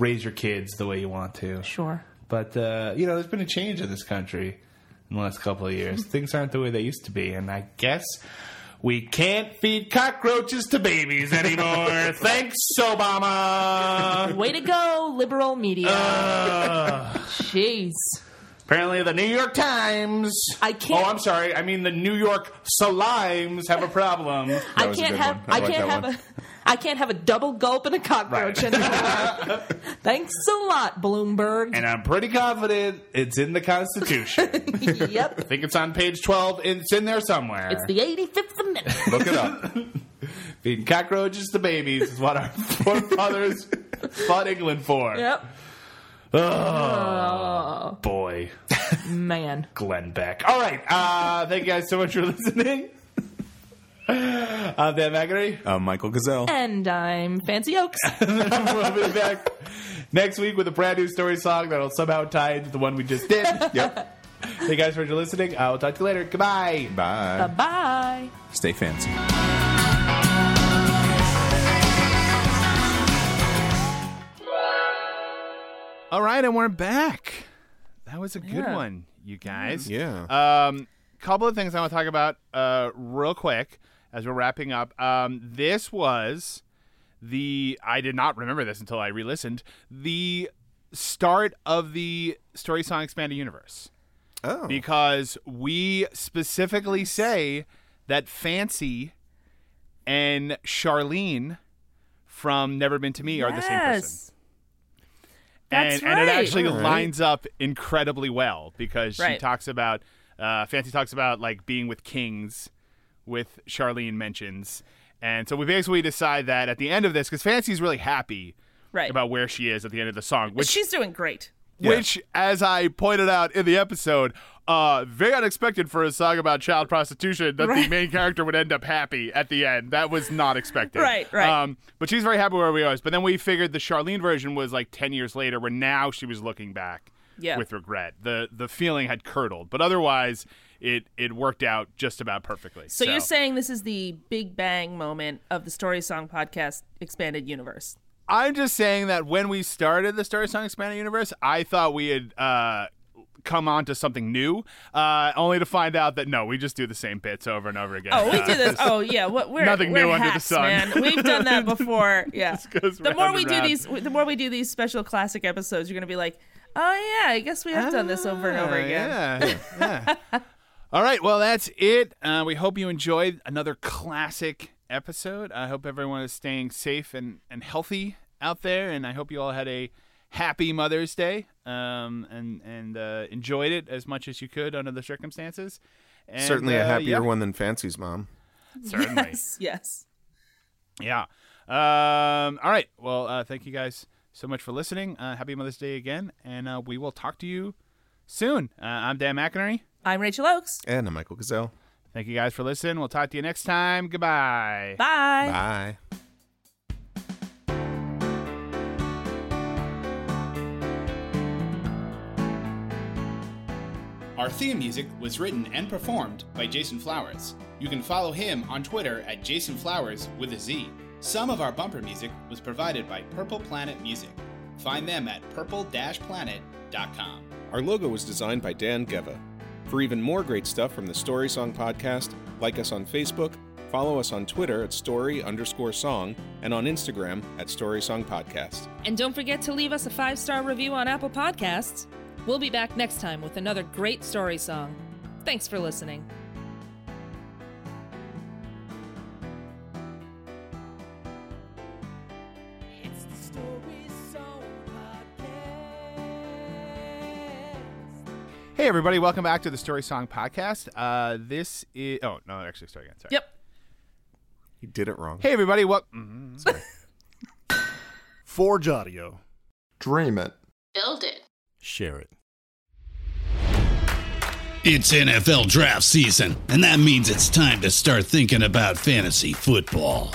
[SPEAKER 1] raise your kids the way you want to.
[SPEAKER 4] Sure.
[SPEAKER 1] But uh, you know, there's been a change in this country in the last couple of years. Things aren't the way they used to be, and I guess we can't feed cockroaches to babies anymore. Thanks, Obama. Uh.
[SPEAKER 4] Way to go, liberal media.
[SPEAKER 7] Uh,
[SPEAKER 4] Jeez.
[SPEAKER 1] Apparently, the New York Times.
[SPEAKER 4] I can't-
[SPEAKER 1] Oh, I'm sorry. I mean, the New York Slimes have a problem.
[SPEAKER 4] I
[SPEAKER 7] was a
[SPEAKER 4] can't
[SPEAKER 7] good
[SPEAKER 4] have
[SPEAKER 7] one. I
[SPEAKER 4] I,
[SPEAKER 7] like
[SPEAKER 4] can't
[SPEAKER 7] that
[SPEAKER 4] have
[SPEAKER 7] one.
[SPEAKER 4] a I can't have a double gulp and a cockroach
[SPEAKER 1] Right.
[SPEAKER 4] anymore. Thanks a lot, Bloomberg.
[SPEAKER 1] And I'm pretty confident it's in the Constitution. I
[SPEAKER 4] yep.
[SPEAKER 1] think it's on page 12. and It's in there somewhere.
[SPEAKER 4] It's the 85th Amendment.
[SPEAKER 7] Look it up.
[SPEAKER 1] Feeding cockroaches to babies is what our forefathers fought England for.
[SPEAKER 4] Yep.
[SPEAKER 1] Oh, boy,
[SPEAKER 4] Man.
[SPEAKER 1] Glenn Beck. All right. Uh, thank you guys so much for listening. I'm Dan McInerney.
[SPEAKER 7] Uh, Michael Gazelle.
[SPEAKER 4] And I'm Fancy Oaks.
[SPEAKER 1] we'll be back next week with a brand new story song that'll somehow tie into the one we just did.
[SPEAKER 7] Yep.
[SPEAKER 1] Thank you guys for listening. I will talk to you later. Goodbye.
[SPEAKER 7] Bye.
[SPEAKER 4] Bye.
[SPEAKER 7] Stay fancy.
[SPEAKER 8] All right, and we're back. That was a good
[SPEAKER 2] Yeah.
[SPEAKER 8] one, you guys.
[SPEAKER 7] Yeah.
[SPEAKER 3] Uh,
[SPEAKER 8] Um, couple of things I want to talk about uh, real quick as we're wrapping up. Um, this was the I did not remember this until I re-listened. The start of the Story Song Expanded Universe.
[SPEAKER 7] Oh.
[SPEAKER 8] Because we specifically say that Fancy and Charlene from Never Been to Me are the same person
[SPEAKER 2] yes. That's
[SPEAKER 8] and, and it
[SPEAKER 2] right.
[SPEAKER 8] actually lines up incredibly well because she
[SPEAKER 2] Right.
[SPEAKER 8] talks about uh, Fancy talks about like being with kings, with Charlene mentions, and so we basically decide that at the end of this because Fancy's really happy
[SPEAKER 2] Right.
[SPEAKER 8] about where she is at the end of the song, which
[SPEAKER 2] She's doing great.
[SPEAKER 8] which as I pointed out in the episode. Uh, very unexpected for a song about child prostitution that the
[SPEAKER 2] Right.
[SPEAKER 8] main character would end up happy at the end. That was not expected.
[SPEAKER 2] Right, right.
[SPEAKER 8] Um, but she's very happy where we are. But then we figured the Charlene version was like ten years later, where now she was looking back
[SPEAKER 2] Yeah.
[SPEAKER 8] with regret. The the feeling had curdled, but otherwise it it worked out just about perfectly.
[SPEAKER 2] So, you're saying this is the Big Bang moment of the Story Song Podcast expanded universe?
[SPEAKER 8] I'm just saying that when we started the Star Song Expanded Universe, I thought we had uh, come on to something new, uh, only to find out that no, we just do the same bits over and over again.
[SPEAKER 2] Oh, we do this. Oh, yeah. What we're
[SPEAKER 8] Nothing
[SPEAKER 2] we're
[SPEAKER 8] new under the
[SPEAKER 2] hacks,
[SPEAKER 8] sun.
[SPEAKER 2] man. We've done that before. Yeah.
[SPEAKER 8] goes
[SPEAKER 2] The more
[SPEAKER 8] round
[SPEAKER 2] we
[SPEAKER 8] and
[SPEAKER 2] do
[SPEAKER 8] round.
[SPEAKER 2] these, the more we do these special classic episodes, you're gonna be like, oh yeah, I guess we have done this over and over
[SPEAKER 8] Ah,
[SPEAKER 2] again.
[SPEAKER 8] Yeah. yeah. All right. Well, that's it. Uh, we hope you enjoyed another classic episode. I hope everyone is staying safe and, and healthy out there. And I hope you all had a happy Mother's Day um, and, and uh, enjoyed it as much as you could under the circumstances. And,
[SPEAKER 11] Certainly
[SPEAKER 8] uh,
[SPEAKER 11] a happier
[SPEAKER 8] yeah.
[SPEAKER 11] one than Fancy's mom.
[SPEAKER 8] Certainly.
[SPEAKER 2] Yes. Yes.
[SPEAKER 8] Yeah. Um, all right. Well, uh, thank you guys so much for listening. Uh, happy Mother's Day again. And uh, we will talk to you soon. Uh, I'm Dan McInerney.
[SPEAKER 2] I'm Rachel Oakes.
[SPEAKER 11] And I'm Michael Gazelle.
[SPEAKER 8] Thank you guys for listening. We'll talk to you next time. Goodbye.
[SPEAKER 2] Bye.
[SPEAKER 11] Bye.
[SPEAKER 12] Our theme music was written and performed by Jason Flowers. You can follow him on Twitter at Jason Flowers with a Z. Some of our bumper music was provided by Purple Planet Music. Find them at purple-planet.com.
[SPEAKER 3] Our logo was designed by Dan Geva. For even more great stuff from the Story Song podcast, like us on Facebook, follow us on Twitter at story underscore song, and on Instagram at Story Song Podcast.
[SPEAKER 13] And don't forget to leave us a five star review on Apple Podcasts. We'll be back next time with another great story song. Thanks for listening.
[SPEAKER 14] It's the Story Song Podcast.
[SPEAKER 8] Hey, everybody, welcome back to the Story Song Podcast. Uh, this is. Oh, no, actually, start again. Sorry.
[SPEAKER 2] Yep.
[SPEAKER 3] You did it wrong.
[SPEAKER 8] Hey, everybody, mm. what?
[SPEAKER 15] Forge Audio.
[SPEAKER 3] Dream it.
[SPEAKER 16] Build it.
[SPEAKER 15] Share it.
[SPEAKER 6] It's NFL draft season, and that means it's time to start thinking about fantasy football.